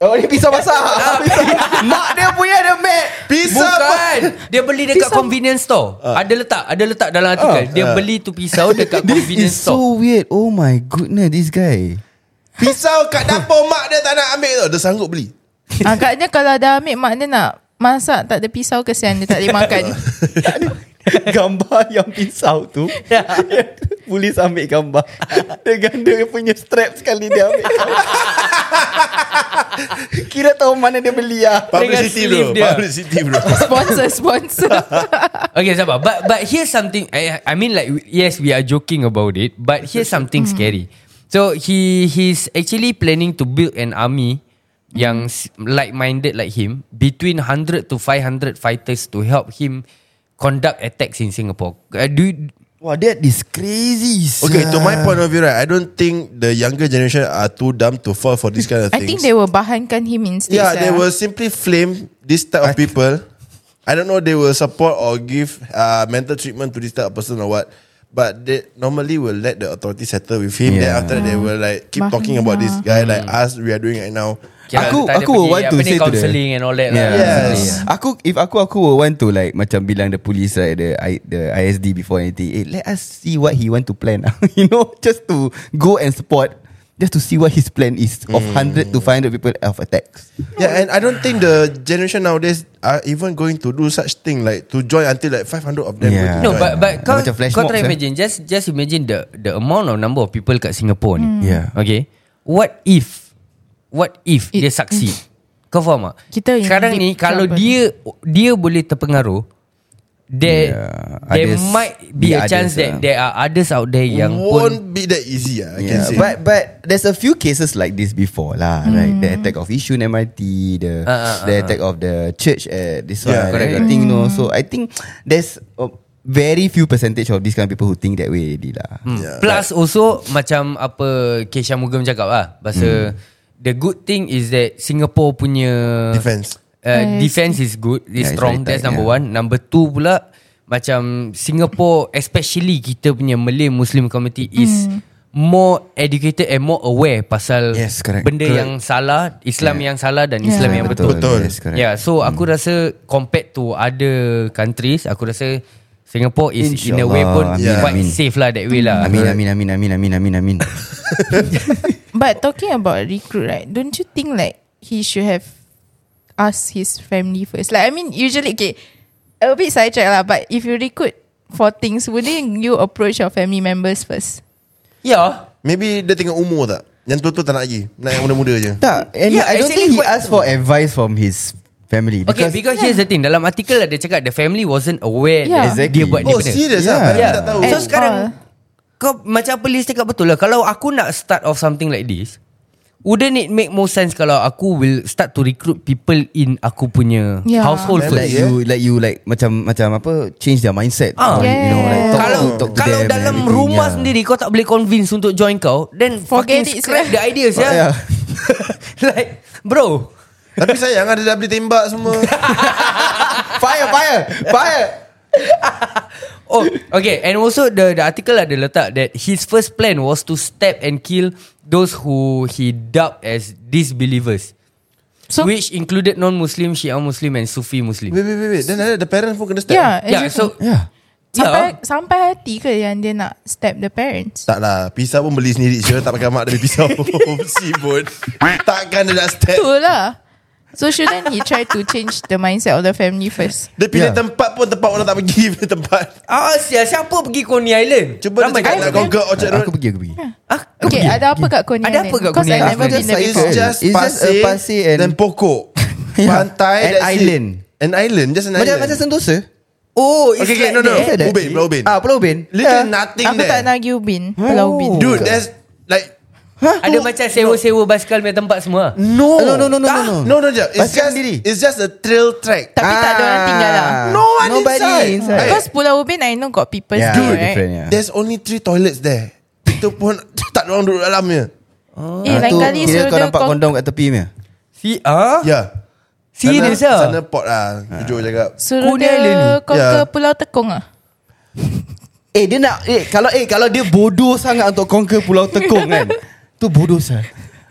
S2: Oh ni pisau basah Pisau- Mak dia punya ada mat
S5: Pisau
S3: Bukan Dia beli dekat
S4: Pisau.
S3: convenience store Ada letak Ada letak dalam artikel
S2: Ah,
S3: Dia beli tu pisau Dekat
S2: This is
S3: convenience store
S2: so weird Oh my goodness This guy
S5: Pisau kat dapur mak dia tak nak ambil tau. Dia sanggup beli.
S4: Ah, Agaknya kalau dah ambil Mak dia nak Masak tak ada pisau Kesian dia tak boleh makan
S2: gambar yang pisau tu Polis ambil gambar Dia ganda dia punya strap sekali dia ambil Kira tahu mana dia beli lah
S5: Publicity
S3: sleeve
S5: bro.
S3: dia.
S5: Publicity bro.
S4: Sponsor Sponsor
S3: Okay sabar But but here's something I, I mean like Yes we are joking about it But here's something scary So he He's actually planning to build an army Yang s- like-minded like him Between 100 to 500 fighters To help him Conduct attacks in Singapore uh, Do you,
S2: Wah that is crazy
S5: Okay, to my point of view, right, I don't think the younger generation are too dumb to fall for this kind of
S4: I
S5: things.
S4: think they will bahankan him instead
S5: yeah,
S4: sia.
S5: they will simply flame this type of people. I don't know they will support or give uh, mental treatment to this type of person or what. But they normally will let the authority settle with him. Then
S2: Yeah.
S5: after that, they will like keep
S4: Bahaya.
S5: talking about this guy like us. We are doing right now.
S2: Aku-
S3: tak ada
S2: aku
S3: pergi
S2: want to
S3: apa ni,
S2: say to them.
S3: counselling and all that
S2: Yeah.
S3: lah.
S5: Yes.
S2: Aku if aku aku would want to like macam bilang the police right the I, the ISD before anything. Eh let us see what he want to plan. you know just to go and support just to see what his plan is of
S3: Hmm.
S2: 100 to 500 people of attacks.
S5: Yeah, and I don't think the generation nowadays are even going to do such thing like to join until like 500 of them.
S2: Yeah.
S5: will
S3: No,
S5: join.
S3: but but
S2: Dah
S3: kau,
S2: Ah, kan. macam flash
S3: kau
S2: mobs,
S3: try
S2: eh.
S3: imagine just just imagine the the amount of number of people kat Singapore ni.
S2: Hmm. Yeah.
S3: Okay. What if what if
S4: It-
S3: dia succeed? Kau faham tak?
S4: Kita in
S3: sekarang
S4: deep
S3: ni kalau
S4: trouble.
S3: dia dia boleh terpengaruh there
S2: Yeah,
S3: there
S2: others-
S3: might be
S2: the
S3: a chance
S2: others
S3: that
S2: lah.
S3: there are others out there yang pun
S5: won't be that easy. ah, I can
S2: Yeah,
S5: say.
S2: but but there's a few cases like this before lah, right? The attack of Yishun MRT, the
S3: Hmm. Ah, ah,
S2: the attack of the church at this
S5: Yeah,
S2: one,
S3: correct, correct.
S2: and everything, you know. So I think there's a very few percentage of these kind of people who think that way already lah.
S3: Hmm.
S5: Yeah.
S3: Plus also macam apa Kesha Mugam cakap lah
S2: Hmm.
S3: bahasa the good thing is that Singapore punya
S5: Defense.
S3: Uh, defense is good, is
S2: Yeah, it's
S3: strong.
S2: very tight,
S3: That's number
S2: yeah.
S3: one. Number two pula macam Singapore, especially kita punya Malay Muslim community
S4: Hmm.
S3: is more educated and more aware pasal
S2: Yes, correct.
S3: benda
S2: Correct.
S3: yang salah, Islam yang salah dan
S4: Yeah.
S3: Islam yang betul.
S5: Betul.
S2: Yes, correct. Hmm.
S3: Yeah, so aku rasa compared to other countries, aku rasa Singapore is in a way
S2: Insyaallah.
S3: pun
S2: Amin,
S3: quite
S2: amin.
S3: safe lah that way lah.
S2: Amin, amin, amin, amin, amin, amin, amin.
S4: But talking about recruit, right? Don't you think like he should have asked his family first? Like, I mean, usually, okay, a bit sidetrack lah. But if you recruit for things, wouldn't you approach your family members first?
S3: Yeah.
S5: Maybe dia tengok umur tak? Yang tua-tua tak nak lagi. Nak yang muda-muda je.
S2: tak, and
S3: Yeah,
S2: I don't
S3: actually
S2: think he
S3: quite-
S2: asked for advice from his family.
S3: Okay,
S2: Because,
S3: because here's the thing. Dalam artikel lah dia cakap the family wasn't aware
S4: Yeah.
S3: that
S2: Exactly.
S3: dia buat ni
S5: Oh,
S3: benda.
S5: serious
S2: Yeah.
S5: ah? Padahal
S3: Yeah.
S5: tak tahu.
S3: So
S4: At
S3: sekarang
S4: all.
S3: Kau macam apa Liz cakap betul lah Kalau aku nak start off something like this Wouldn't it make more sense Kalau aku will start to recruit people In aku punya yeah.
S4: Yeah.
S3: household first
S2: Like you Like you like Macam macam apa Change their mindset
S3: Ah.
S2: Or, You know like
S4: Yeah.
S2: talk,
S3: kalau
S2: to, talk to
S3: kalau
S2: them and
S3: dalam
S2: everything,
S3: rumah
S2: yeah.
S3: sendiri kau tak boleh convince untuk join kau, then
S4: Forget
S3: fucking
S4: it,
S3: scrap
S4: sir.
S3: the ideas ya.
S2: Oh,
S3: Yeah.
S2: yeah.
S3: like bro,
S5: Tapi sayang ada dah beli tembak semua
S2: Fire fire Fire
S3: Oh, okay. And also the the article ada letak that his first plan was to stab and kill those who he dubbed as disbelievers,
S4: So
S3: which included non-Muslim, Shia Muslim, and Sufi Muslim.
S5: Wait wait wait, wait. Then ada the parent pun kena step
S4: yeah,
S3: Yeah,
S4: exactly.
S3: so
S2: Yeah
S4: sampai sampai hati ke yang dia nak stab the parents?
S5: Tak lah Pisau pun beli sendiri je Tak pakai mak dari pisau Si pun Takkan dia nak step
S4: Betul lah. So shouldn't he try to change the mindset of the family first?
S5: Dia pilih
S2: Yeah.
S5: tempat pun Tempat orang tak pergi punya tempat
S3: ah sia, siapa pergi Coney Island?
S5: Cuba dia
S3: Ramai
S5: cakap
S3: kan?
S5: nak kau ke Orchard Road
S2: Aku pergi aku pergi
S3: Ah,
S4: Okay, ada apa kat Coney
S3: Ada
S4: Island?
S3: apa kat
S4: Because
S3: Coney
S4: I
S3: Island?
S4: never been there
S5: It's
S4: before.
S2: It's
S5: just
S2: just a
S5: pasir
S2: pasir and-
S5: Dan pokok
S2: Yeah.
S5: Pantai
S2: An
S5: that's it.
S2: island.
S5: An island Just an
S2: Macam
S5: island
S2: macam Sentosa
S3: Oh, it's
S5: Okay, okay,
S3: like
S5: no, no.
S3: that.
S2: Is that that?
S5: Ubin, Pulau Ubin.
S2: Ah Pulau Ubin
S5: Literally nothing
S4: Aku tak
S3: eh.
S5: there
S4: nak pergi Ubin Pulau Ubin
S3: Oh.
S5: Dude there's Like
S3: Ada macam sewa-sewa basikal punya tempat semua.
S5: No
S2: No, no, no, no,
S5: Tak.
S2: no,
S5: No no jap It's
S2: Pasirkan
S5: just
S2: diri.
S5: It's just a trail track
S4: Tapi tak ada orang tinggal lah
S3: Ah.
S5: No one
S2: Ah. Nobody
S5: inside. Eh,
S2: inside.
S4: Because Pulau Ubin I know got people
S2: Yeah,
S4: there
S2: different,
S4: right
S2: yeah.
S5: There's only three toilets there Itu pun Tak ada orang duduk dalamnya
S4: Eh
S2: Ah,
S4: lain
S2: tu
S4: kali
S2: Kira
S4: suruh
S2: kau
S4: dia
S2: nampak
S4: kau
S2: kondom kat tepi punya
S3: Si ah,
S5: Ya
S3: serious
S5: sana, sana
S3: ah.
S5: pot lah Jujur cakap
S4: Suruh
S3: Coney Island
S4: dia
S3: ni.
S4: kau
S5: Yeah.
S4: ke Pulau Tekong ah.
S2: Eh dia nak eh kalau eh kalau dia bodoh sangat untuk conquer Pulau Tekong kan. tu bodoh sah.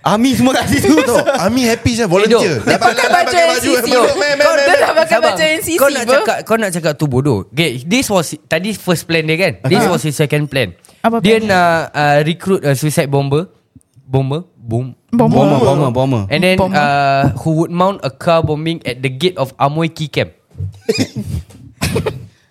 S2: Ami semua kat situ tu.
S5: No, Ami happy je volunteer.
S3: Edo,
S5: Dah
S4: Eh, pakai baju
S3: eh,
S4: NCC.
S5: Boleh, boleh,
S4: Kau
S5: boleh,
S4: dah
S5: boleh.
S4: tak pakai
S3: M&M Sabar.
S4: baju NCC
S3: Kau nak
S4: bro.
S3: cakap Kau nak cakap tu bodoh Okay This was Tadi first plan dia kan This was his second plan
S4: Apa
S3: Dia
S4: plan dia?
S3: nak uh, Recruit a suicide bomber Bomber Bom
S4: Bomber.
S2: Bomber bomber bomber.
S3: And then
S4: Bomber.
S3: uh, Who would mount a car bombing At the gate of Amoy Key Camp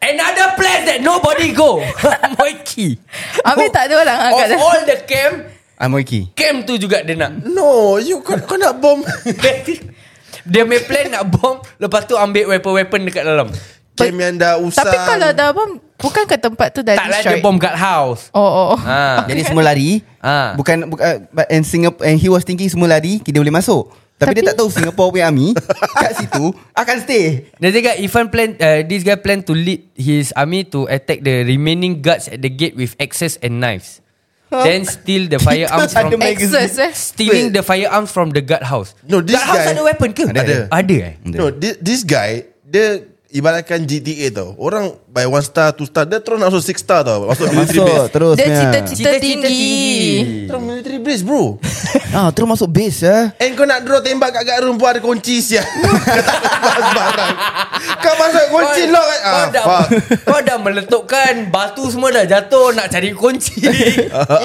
S3: Another place that nobody go Amoy Key
S4: Habis tak ada orang
S3: Of
S4: angkat dah.
S3: all the camp
S2: I'm okay.
S3: Camp tu juga dia nak
S5: No, you kau, kau nak bom.
S3: Dia main plan nak bomb Lepas tu ambil weapon-weapon dekat dalam
S5: Kem yang dah usang.
S3: ah.
S4: Tapi kalau dah bom bukan ke tempat tu dah
S3: Tak lah dia
S4: destroy.
S3: bomb kat house
S4: Oh oh. oh.
S3: Ah.
S2: Jadi semua lari.
S3: Ah.
S2: Bukan bukan but and Singapore and he was thinking semua lari dia boleh masuk. Tapi,
S4: Tapi-
S2: dia tak tahu Singapore punya army kat situ akan stay.
S3: Dia cakap Ifan plan uh, This guy plan to lead His army to attack The remaining guards at the gate With axes and knives Then steal the firearms
S2: Ada
S3: from
S2: magazine.
S4: Access eh.
S3: Stealing the firearms From the guard house
S5: No, this
S3: Guard house
S5: guy-
S3: ada weapon ke?
S5: Ada.
S3: Ada eh?
S5: No, this, this guy, dia ibaratkan GTA tau. Orang by one star, two star, dia terus nak masuk six star tau. Masuk military
S2: Masuk
S5: base.
S2: terus.
S4: Dia
S2: punya.
S4: cita-cita tinggi.
S5: Terus military base bro.
S2: Ah terus masuk base ya.
S5: And kau nak draw tembak kat gak room pun ada kunci siap. kau tak lepas barang. Kau masuk kunci
S3: Kau-
S5: lock. eh.
S3: kau
S5: Ah,
S3: dah,
S5: fuck.
S3: Kau dah meletupkan Batu semua dah jatuh Nak cari kunci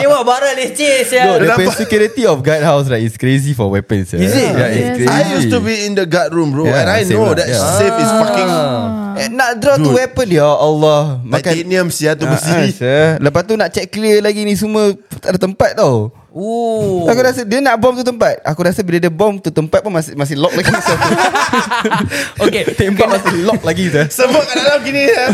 S3: Ewa barang leceh
S2: No,
S3: sial
S2: the
S5: nampak-
S2: security of guardhouse right is crazy for weapons. Yeah.
S5: Is it?
S2: Yeah, it's
S4: Yes.
S2: crazy.
S5: I used to be in the guard room bro
S2: Yeah,
S5: And I
S2: same
S5: know
S2: lah,
S5: that
S2: yeah.
S5: safe is
S3: Ah.
S5: fucking
S2: Eh, nak draw
S5: Dude.
S2: tu weapon ya Allah.
S5: Titanium sia tu
S2: Ah, ah,
S5: besi
S2: sia. Lepas tu nak check clear lagi ni semua tak ada tempat tau.
S3: Ooh.
S2: Oh. Aku rasa dia nak bom tu tempat. Aku rasa bila dia bom tu tempat pun masih masih lock lagi.
S3: Okay
S2: Tembak masih lock lagi tu.
S5: Semua kat dalam gini
S2: Ah.
S5: eh.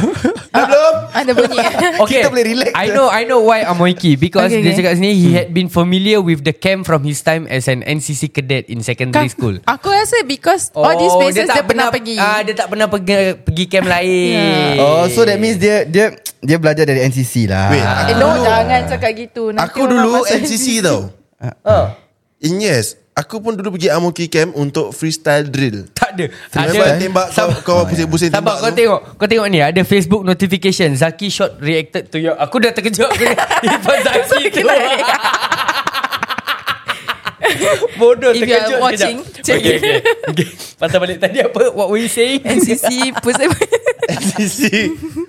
S5: Dah belum?
S4: Ada bunyi.
S3: Okay.
S2: Kita boleh relax
S3: I
S2: je.
S3: know I know why Amoiki because okay, dia
S4: Okay, okay.
S3: cakap sini he had been familiar with the camp from his time as an NCC cadet in secondary school. Oh,
S4: Aku rasa because all these places dia, pernah pergi.
S3: Ah dia tak pernah pergi pergi camp lain.
S4: Yeah.
S2: Oh, so that means dia dia dia belajar dari NCC lah.
S5: Wait,
S4: Eh,
S5: aku
S4: no,
S5: dulu-
S4: jangan cakap gitu. Nanti
S5: Aku
S4: orang
S5: dulu
S4: masuk
S5: NCC tau Ah.
S3: Oh,
S5: In yes Aku pun dulu pergi Amoki camp Untuk freestyle drill
S3: tak ada.
S5: Remember tembak kau
S3: Sab-
S5: Kau pusing-pusing tembak
S3: Sabar kau
S5: tu?
S3: tengok Kau tengok ni Ada Facebook notification Zaki shot reacted to your Aku dah terkejut Aku dah Ifan Zaki tu Bodoh
S4: If you
S3: terkejut
S4: are watching,
S3: sekejap.
S4: check
S3: okay,
S4: it.
S3: okay. okay. Patah balik tadi apa What were you saying
S4: NCC pusing.
S5: NCC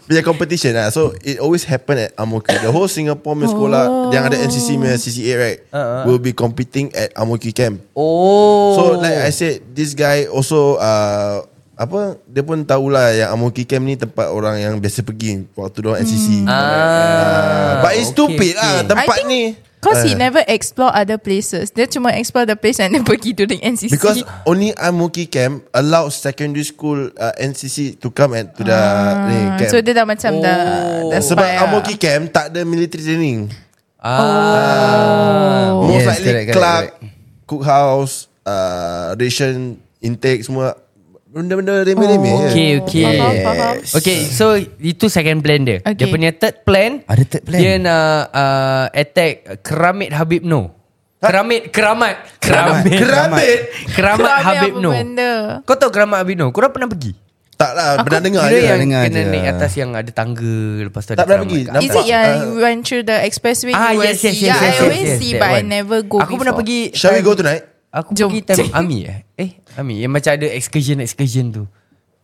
S5: Punya competition lah So it always happen at Amoki The whole Singapore punya sekolah Yang ada NCC punya CCA right Will be competing at Amoki camp
S3: Oh
S5: So like I said This guy also uh, Apa Dia pun tahulah Yang Amoki camp ni Tempat orang yang biasa pergi Waktu dia orang NCC
S3: Hmm. Ah,
S5: But it's stupid lah Tempat
S4: I think
S5: ni
S4: Cause he
S5: Ah.
S4: never explore other places. Dia cuma explore the place yang dia pergi during NCC.
S5: Because only Amoki camp allow secondary school uh, NCC to come and to the ni,
S4: Ah,
S5: camp.
S4: so dia dah macam dah,
S3: Oh.
S4: dah
S5: Eh, Sebab
S4: spy lah.
S5: Amoki camp tak ada military training.
S3: Ah.
S5: Most likely
S3: Oh.
S2: Yes, correct, correct,
S5: Clark, cookhouse, uh, ration intake semua benda-benda remeh-remeh. je.
S3: Oh, Okay, okay.
S4: Faham, faham.
S3: Okay, so itu second plan dia. Okay. Dia
S4: Okay.
S3: punya third plan.
S2: Ada third plan?
S3: Dia nak uh, attack Keramit Habib No. Keramit, keramat. Keramit.
S2: Keramit.
S3: Keramat
S4: Keramit
S3: Habib
S4: apa
S3: No.
S4: benda?
S3: Kau tahu Keramat Habib No? Korang pernah pergi?
S5: Tak lah, pernah dengar
S3: Kira
S5: je.
S3: yang
S2: dengar
S3: kena
S2: je.
S3: naik atas yang ada tangga. Lepas tu
S5: Tak
S3: ada
S5: pernah
S3: keramat
S5: pergi.
S3: kat
S5: Nampak.
S4: Is it yang you went through the expressway?
S3: Ah
S4: you will
S3: yes yes
S4: see?
S3: yes. yes,
S4: yeah, I always
S3: yes,
S4: see,
S3: that
S4: but I
S3: one.
S4: never go.
S3: Aku pernah
S4: before.
S3: pergi.
S5: Shall we
S3: time-
S5: go tonight?
S3: Aku
S4: Jom.
S3: pergi time Ami eh. Eh, Ami yang macam ada excursion excursion tu.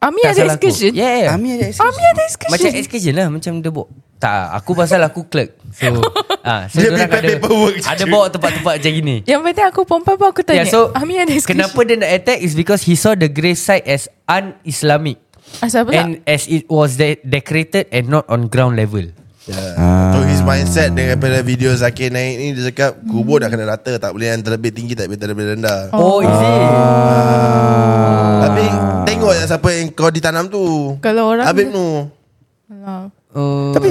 S4: Ami
S3: Tak
S4: ada
S3: salah aku.
S4: excursion.
S3: Yeah, yeah.
S2: Ami ada
S4: Ami ada excursion.
S3: Macam excursion lah Macam dia bawa Tak aku pasal aku clerk So, ah, so
S5: Dia
S3: dorang
S5: prepare paperwork je.
S3: Ada bawa tempat-tempat macam gini
S4: Yang penting aku perempuan pun aku tanya.
S3: Yeah, Ya, so
S4: Ami ada excursion.
S3: Kenapa dia nak attack Is because he saw the grave site As un-Islamic
S4: Asal apa tak?
S3: And as it was de- decorated And not on ground level
S5: Yeah. Ah. So his mindset daripada video Zakir naik ni Dia cakap kubur dah kena rata Tak boleh yang terlebih tinggi Tak boleh terlebih rendah
S3: Oh, is it
S4: Ah.
S5: Tapi tengok yang siapa yang kau ditanam tu
S4: Kalau orang-
S5: Habib nu
S4: Alah.
S3: uh,
S2: Tapi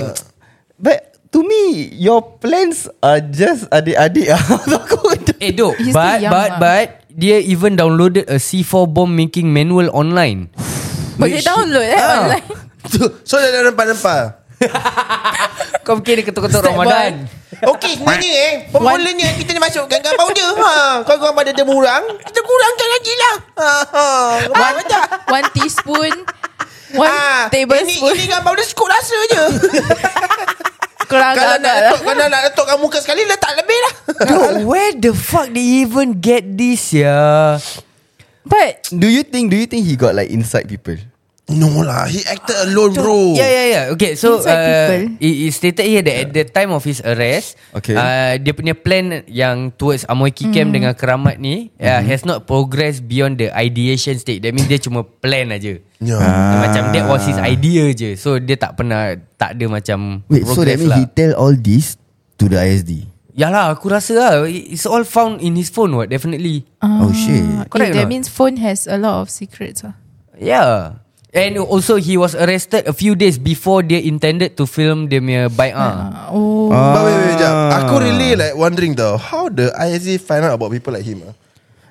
S2: But To me Your plans Are just Adik-adik Aku
S3: Eh dok
S4: He's still
S3: But
S4: young
S3: but
S4: lah.
S3: but Dia even downloaded A C4 bomb making manual online
S4: Boleh download eh
S3: Ah.
S4: online.
S5: So dia dah rempah-rempah
S3: Kau fikir dia ketuk-ketuk
S4: Step
S3: Ramadan
S5: Okey sebenarnya eh Pemulanya kita ni masukkan kan powder ha. Kalau kau pada dia murang Kita kurangkan lagi lah ha, ha.
S4: One, one teaspoon. One
S5: Ah,
S2: Ah,
S4: tablespoon.
S5: kan powder cukup rasa je
S4: Kurang
S5: Kalau nak
S4: agak-agak lah.
S5: letuk Kalau nak letukkan muka sekali Letak lebih lah
S3: Dude, where the fuck they even get this ya?
S4: But
S2: Do you think Do you think he got like Inside people
S5: No lah He acted alone bro
S3: Yeah, yeah, yeah. Okay, so
S4: Inside people.
S3: uh, it is stated here that at the time of his arrest,
S2: Okay.
S3: uh, dia punya plan yang towards Amoy
S4: Hmm.
S3: Camp dengan keramat ni
S2: Mhm.
S3: uh, has not progressed beyond the ideation stage. That means dia cuma plan aja.
S5: yeah.
S3: Ah. Macam that was his idea je. So dia tak pernah tak ada macam
S2: Wait so that
S3: progress
S2: means
S3: lah.
S2: He tell all this To the ISD
S3: Yalah, aku rasa lah it's all found in his phone what definitely.
S4: Ah.
S2: Oh shit
S3: Correct
S4: Correct
S3: or
S4: that
S3: not?
S4: means phone has a lot of secrets ah.
S3: Yeah. And also he was arrested a few days before dia intended to film dia punya ah. bai'ah.
S4: Oh.
S2: Ah.
S5: But wait, wait, wait, jap. Aku really like wondering though how the ISG find out about people like him. ah?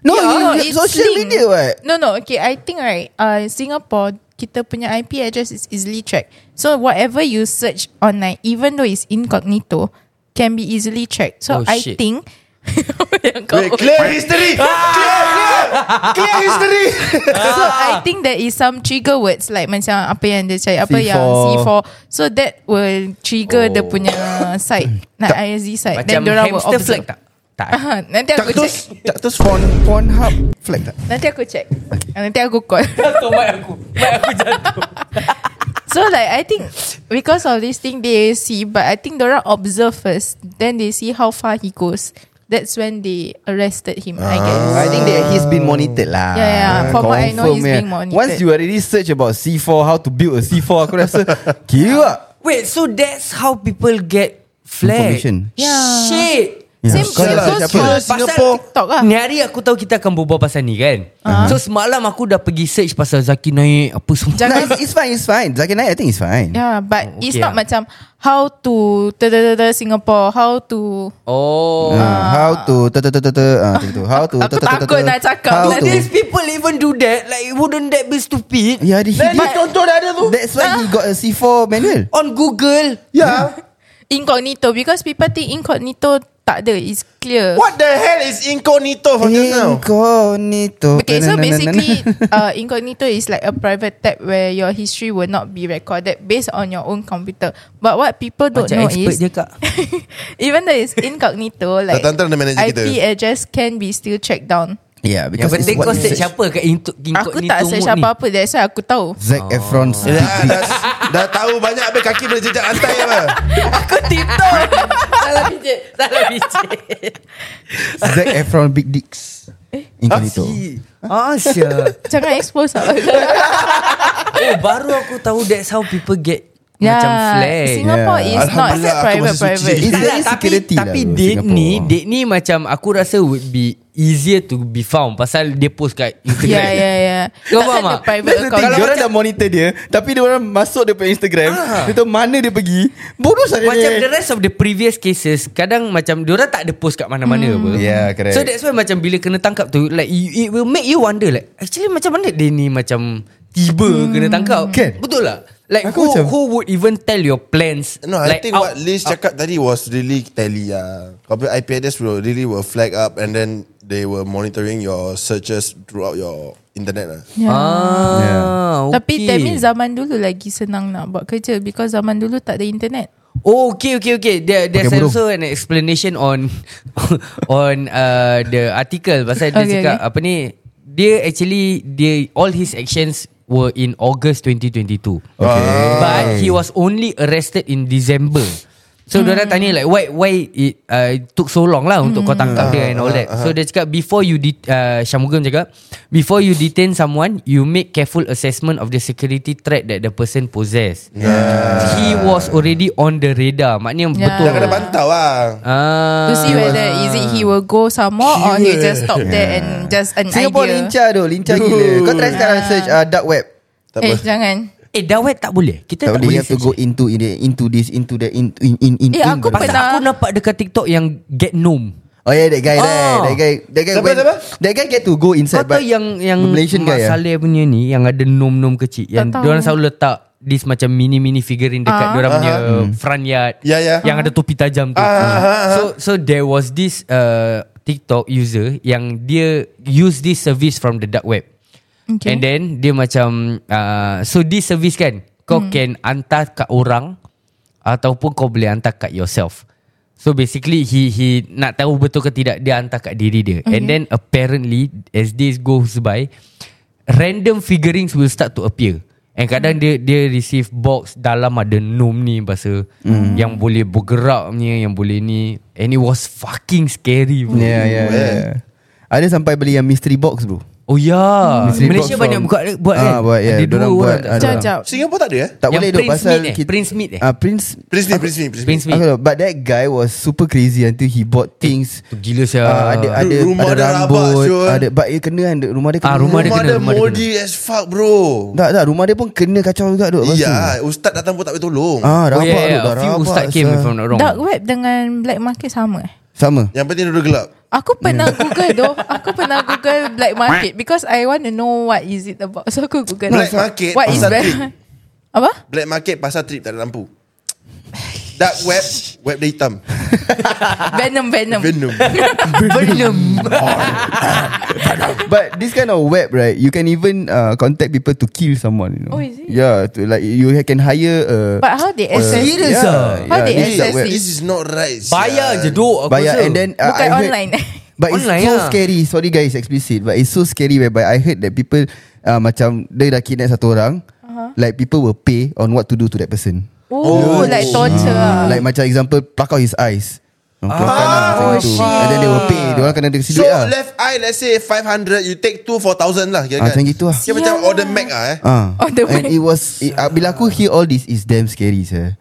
S2: No
S4: Yeah,
S2: he,
S4: it's
S2: Social
S4: linked.
S2: media what
S4: No no okay I think right uh, Singapore kita punya IP address is easily tracked So whatever you search online Even though it's incognito Can be easily tracked So
S3: Oh,
S4: I
S3: shit.
S4: think Yang kau-
S5: Wait, clear history. Clear, clear, clear history.
S4: So I think there is some trigger words Like macam apa yang dia cari Apa
S2: C4.
S4: yang C4 So that will trigger the punya side Like ISD side
S3: Oh. Macam
S4: dorang will
S3: hamster flag
S4: observe.
S3: tak? Tak.
S4: Aha, Nanti aku check
S5: Cactus, cactus phone.
S2: Pornhub Flag tak
S4: Nanti aku check Nanti aku call
S3: Kau mic aku. Mic aku jatuh.
S4: So like I think because of this thing they see, but I think orang observe first, then they see how far he goes. That's when they arrested him. I guess.
S2: I think that he's been monitored lah
S4: Yeah, yeah. From what I know, he's
S2: Confirm,
S4: being
S2: yeah.
S4: monitored.
S2: Once you already search about C4 How to build a C4 Aku rasa Kira
S3: Wait, so that's how people get flag.
S2: Information.
S4: Yeah.
S3: Shit.
S4: Same,
S2: Kau
S4: same
S2: lah
S4: goes
S5: siapa?
S4: for
S5: Pasal-
S4: Singapore TikTok lah.
S3: Ni hari aku tahu kita akan berbual pasal ni kan. Uh-huh. So semalam aku dah pergi search pasal Zaki naik apa semua.
S2: No,
S4: Jangan-
S2: it's, it's fine, it's fine. Zakir Naik, I think it's fine.
S4: Yeah, but it's
S3: Okay
S4: not
S3: lah.
S4: macam how to da da da da Singapore, how to
S3: Oh.
S2: Uh, how to tu tu tu tu tu ah, tu tu how to
S4: Aku takut nak cakap.
S2: how
S4: Like
S2: to
S4: this.
S3: people even do that, like wouldn't that be stupid?
S2: yeah he, he,
S5: Ni contoh dah ada tu.
S2: Ya, that's why he got a C4 manual
S3: On Google.
S4: Ya.
S5: Yeah.
S4: incognito because people think incognito tak ada, it's clear.
S5: What the hell is incognito for just now?
S2: incognito
S4: Okay,
S2: Na-
S4: so
S2: na- na- na-
S4: basically,
S2: na-
S4: uh, incognito is like a private tab where your history will not be recorded based on your own computer. But what people don't
S3: Macam
S4: know
S3: expert
S4: is,
S3: je kak.
S4: even though it's incognito, like
S5: Datang-datang dia manager
S4: IP
S5: kita.
S4: address can be still tracked down.
S2: yeah
S3: Yang
S2: because it's
S3: penting
S2: what
S3: kau
S2: you
S3: search siapa kat intu,
S4: aku tak search apa-apa, that's why aku tahu.
S2: Zac Efron's
S5: Dah,
S2: degree.
S5: Ah, dah, dah tahu banyak apa kaki boleh jejak lantai apa.
S4: aku tiptoe. Salah pijit.
S3: Salah bijik
S2: Zac Efron Big Dicks Incognito
S3: Ah sia
S4: Jangan expose lah.
S3: Oh baru aku tahu That's how people get
S4: Yeah,
S3: Macam flag.
S4: Ya,
S3: Ya.
S4: Singapore
S2: Yeah.
S4: yeah. is not
S5: Alhamdulillah, aku
S4: private
S5: masih suci.
S4: private.
S2: It's
S3: Tak
S2: very
S3: lah, tapi
S2: security lah
S3: tapi
S2: tu,
S3: date
S2: Singapore.
S3: ni date ni macam aku rasa would be easier to be found pasal dia post kat Instagram.
S4: Yeah, yeah, yeah.
S3: Kau
S4: Takkan
S3: faham
S4: ada
S3: tak?
S4: private
S2: That's the
S4: account.
S2: thing Diorang dah monitor dia Tapi diorang masuk dia punya Instagram Dia tahu mana dia pergi Bodoh sangat
S3: Macam
S2: dia
S3: the rest of the previous cases Kadang macam Diorang tak ada post kat mana-mana
S4: Hmm.
S3: apa
S2: Yeah, correct.
S3: So that's why macam Bila kena tangkap tu Like you, it will make you wonder Like actually macam mana Dia ni macam Tiba hmm. kena tangkap
S2: Kan?
S3: Betul lah Like
S2: Aku
S3: who,
S2: macam-
S3: who would even tell your plans
S5: No, I
S3: like,
S5: think what Liz cakap tadi was really tally lah. Probably IPADS will really will flag up and then they were monitoring your searches throughout your internet lah.
S4: Yeah.
S3: Ah, okay.
S2: Yeah.
S4: Ya. Tapi that means zaman dulu lagi senang nak buat kerja because zaman dulu tak ada internet.
S3: Oh okay okay okay There, There's
S2: Pakai burung.
S3: also an explanation on On uh, the article Pasal dia
S4: Okay,
S3: cakap
S4: okay.
S3: Apa ni Dia actually dia All his actions Were in August 2022
S2: Okay
S3: But he was only arrested in December So hmm. diorang tanya like Why why it, uh, it took so long lah Untuk kau
S4: Hmm.
S3: tangkap dia and all that So dia cakap Before you det- uh, Syamugam cakap Before you detain someone You make careful assessment Of the security threat That the person possess yeah.
S2: Ah.
S3: He was already on the radar Maknanya yeah.
S4: Yeah.
S3: betul
S5: Dah kena pantau lah.
S3: Ah,
S4: Ya. To see whether is it he will go some more or he just stop there and just an
S2: Singapore
S4: idea.
S2: lincah tu Lincah gila Kau try sekarang search uh, Dark web
S5: Tak
S4: Eh
S5: apa.
S4: jangan.
S3: Eh dawet tak boleh Kita
S2: Tak
S3: tak,
S2: boleh You have to
S3: search.
S2: go into in the- Into this Into that in, in, in, in,
S4: Eh,
S2: in
S4: aku
S2: baru-
S3: Pasal
S4: Pernah.
S3: aku nampak dekat TikTok Yang get gnome
S2: Oh yeah that guy
S3: Ah.
S2: right That guy That guy
S5: Siapa,
S2: went,
S5: siapa?
S2: That guy get to go
S3: Kau
S2: inside
S3: tahu
S2: but
S3: yang yang
S2: Malaysian
S3: Mak
S2: guy ya
S3: Saleh punya ni yang ada nom-nom kecil yang
S4: tahu. Ah.
S3: diorang selalu letak this macam mini-mini figurine dekat uh, diorang punya
S2: Ah. Hmm.
S3: front yard
S5: Ya, ya.
S3: yang ada topi tajam tu.
S5: ah,
S3: so so there was this uh, TikTok user yang dia use this service from the dark web.
S4: Okay.
S3: And then dia macam uh, so this service kan kau hmm. can hantar kat orang ataupun kau boleh hantar kat yourself. So basically he he nak tahu betul ke tidak dia hantar kat diri dia. Okay. And then apparently as this goes by random figurines will start to appear. And kadang dia dia receive box dalam ada gnome ni bahasa mm.
S2: Hmm.
S3: yang boleh bergerak ni yang boleh ni and it was fucking scary. bro.
S2: Yeah yeah
S5: eh.
S2: yeah Ada sampai beli yang mystery box bro
S3: Oh ya yeah.
S2: Mystery
S3: Malaysia
S2: box
S3: banyak
S2: from-
S3: buka buat kan
S2: Ah, buat, yeah.
S3: Ada dua
S2: Dorang
S3: orang
S2: buat,
S3: tak
S2: ada.
S3: salah.
S4: Sekejap, sekejap.
S5: Singapore tak ada eh?
S2: Tak
S3: Yang
S2: boleh dok
S3: Prince
S2: pasal
S3: Meat eh?
S2: kit-
S3: Prince Meat eh?
S2: Ah Prince
S5: Prince ni, Prince ni, Prince ni.
S3: Prince Meat
S2: Aku tahu, but that guy was super crazy until he
S3: Eh,
S2: bought things.
S3: tu gila sia.
S2: Uh, ada ada
S5: Rumah
S2: ada
S5: dia
S2: rambut,
S5: rabak, Syul.
S2: ada but dia kena kan, rumah dia kena.
S3: Ah, rumah dia
S5: Rumah
S3: kena,
S5: dia
S3: rumah dia
S5: moldy as fuck bro.
S2: Tak tak rumah dia pun kena kacau juga duk lepas tu.
S5: Ya, ustaz datang pun tak boleh tolong.
S2: Ah
S3: Oh,
S2: rabak
S3: yeah, yeah.
S2: duk,
S3: A
S2: dah
S3: few
S2: rabak.
S3: ustaz came
S2: sah.
S3: if I'm not wrong.
S4: Dark web dengan black market sama eh?
S2: Sama.
S5: Yang penting duduk gelap.
S4: Aku
S3: Hmm.
S4: pernah google doh. Aku pernah google black market because I want to know what is it about. So aku google
S5: Black market
S4: What is
S5: pasar
S4: black?
S5: trip.
S4: Apa?
S5: Black market pasar trip tak ada lampu. Dark web, web dia hitam.
S4: Venom, venom.
S5: Venom.
S3: Belum.
S2: But this kind of web right, you can even uh, contact people to kill someone, you know.
S4: Oh, is it?
S2: Yeah, to, like you can hire uh,
S4: But how they access?
S3: serious
S4: it?
S3: ah?
S4: uh, How they
S2: this is
S4: access
S2: dark web.
S4: it?
S5: This is not right. sia.
S3: Bayar je dok aku
S2: Bayar
S3: rasa.
S2: and then uh,
S4: Bukan
S2: I heard-
S4: online.
S2: But it's
S3: Online
S2: so
S3: lah.
S2: scary Sorry guys explicit But it's so scary Whereby I heard that people uh, Macam Dia dah kidnap satu orang uh-huh. Like people will pay On what to do to that person
S4: Oh, like torture. ah.
S2: uh. Like macam example Pluck out his eyes Ah,
S3: Oh,
S2: lah, macam tu.
S3: shit.
S2: And then they will pay Diorang kena dia kasi
S5: So
S2: duit lah
S5: left eye let's say 500 You take 2 4,000 lah kira
S2: Ah, macam gitu lah.
S5: Dia macam order Mac lah eh
S2: Ah.
S4: On the
S2: And
S4: way.
S2: it was it, uh, Bila aku hear all this It's damn scary sir.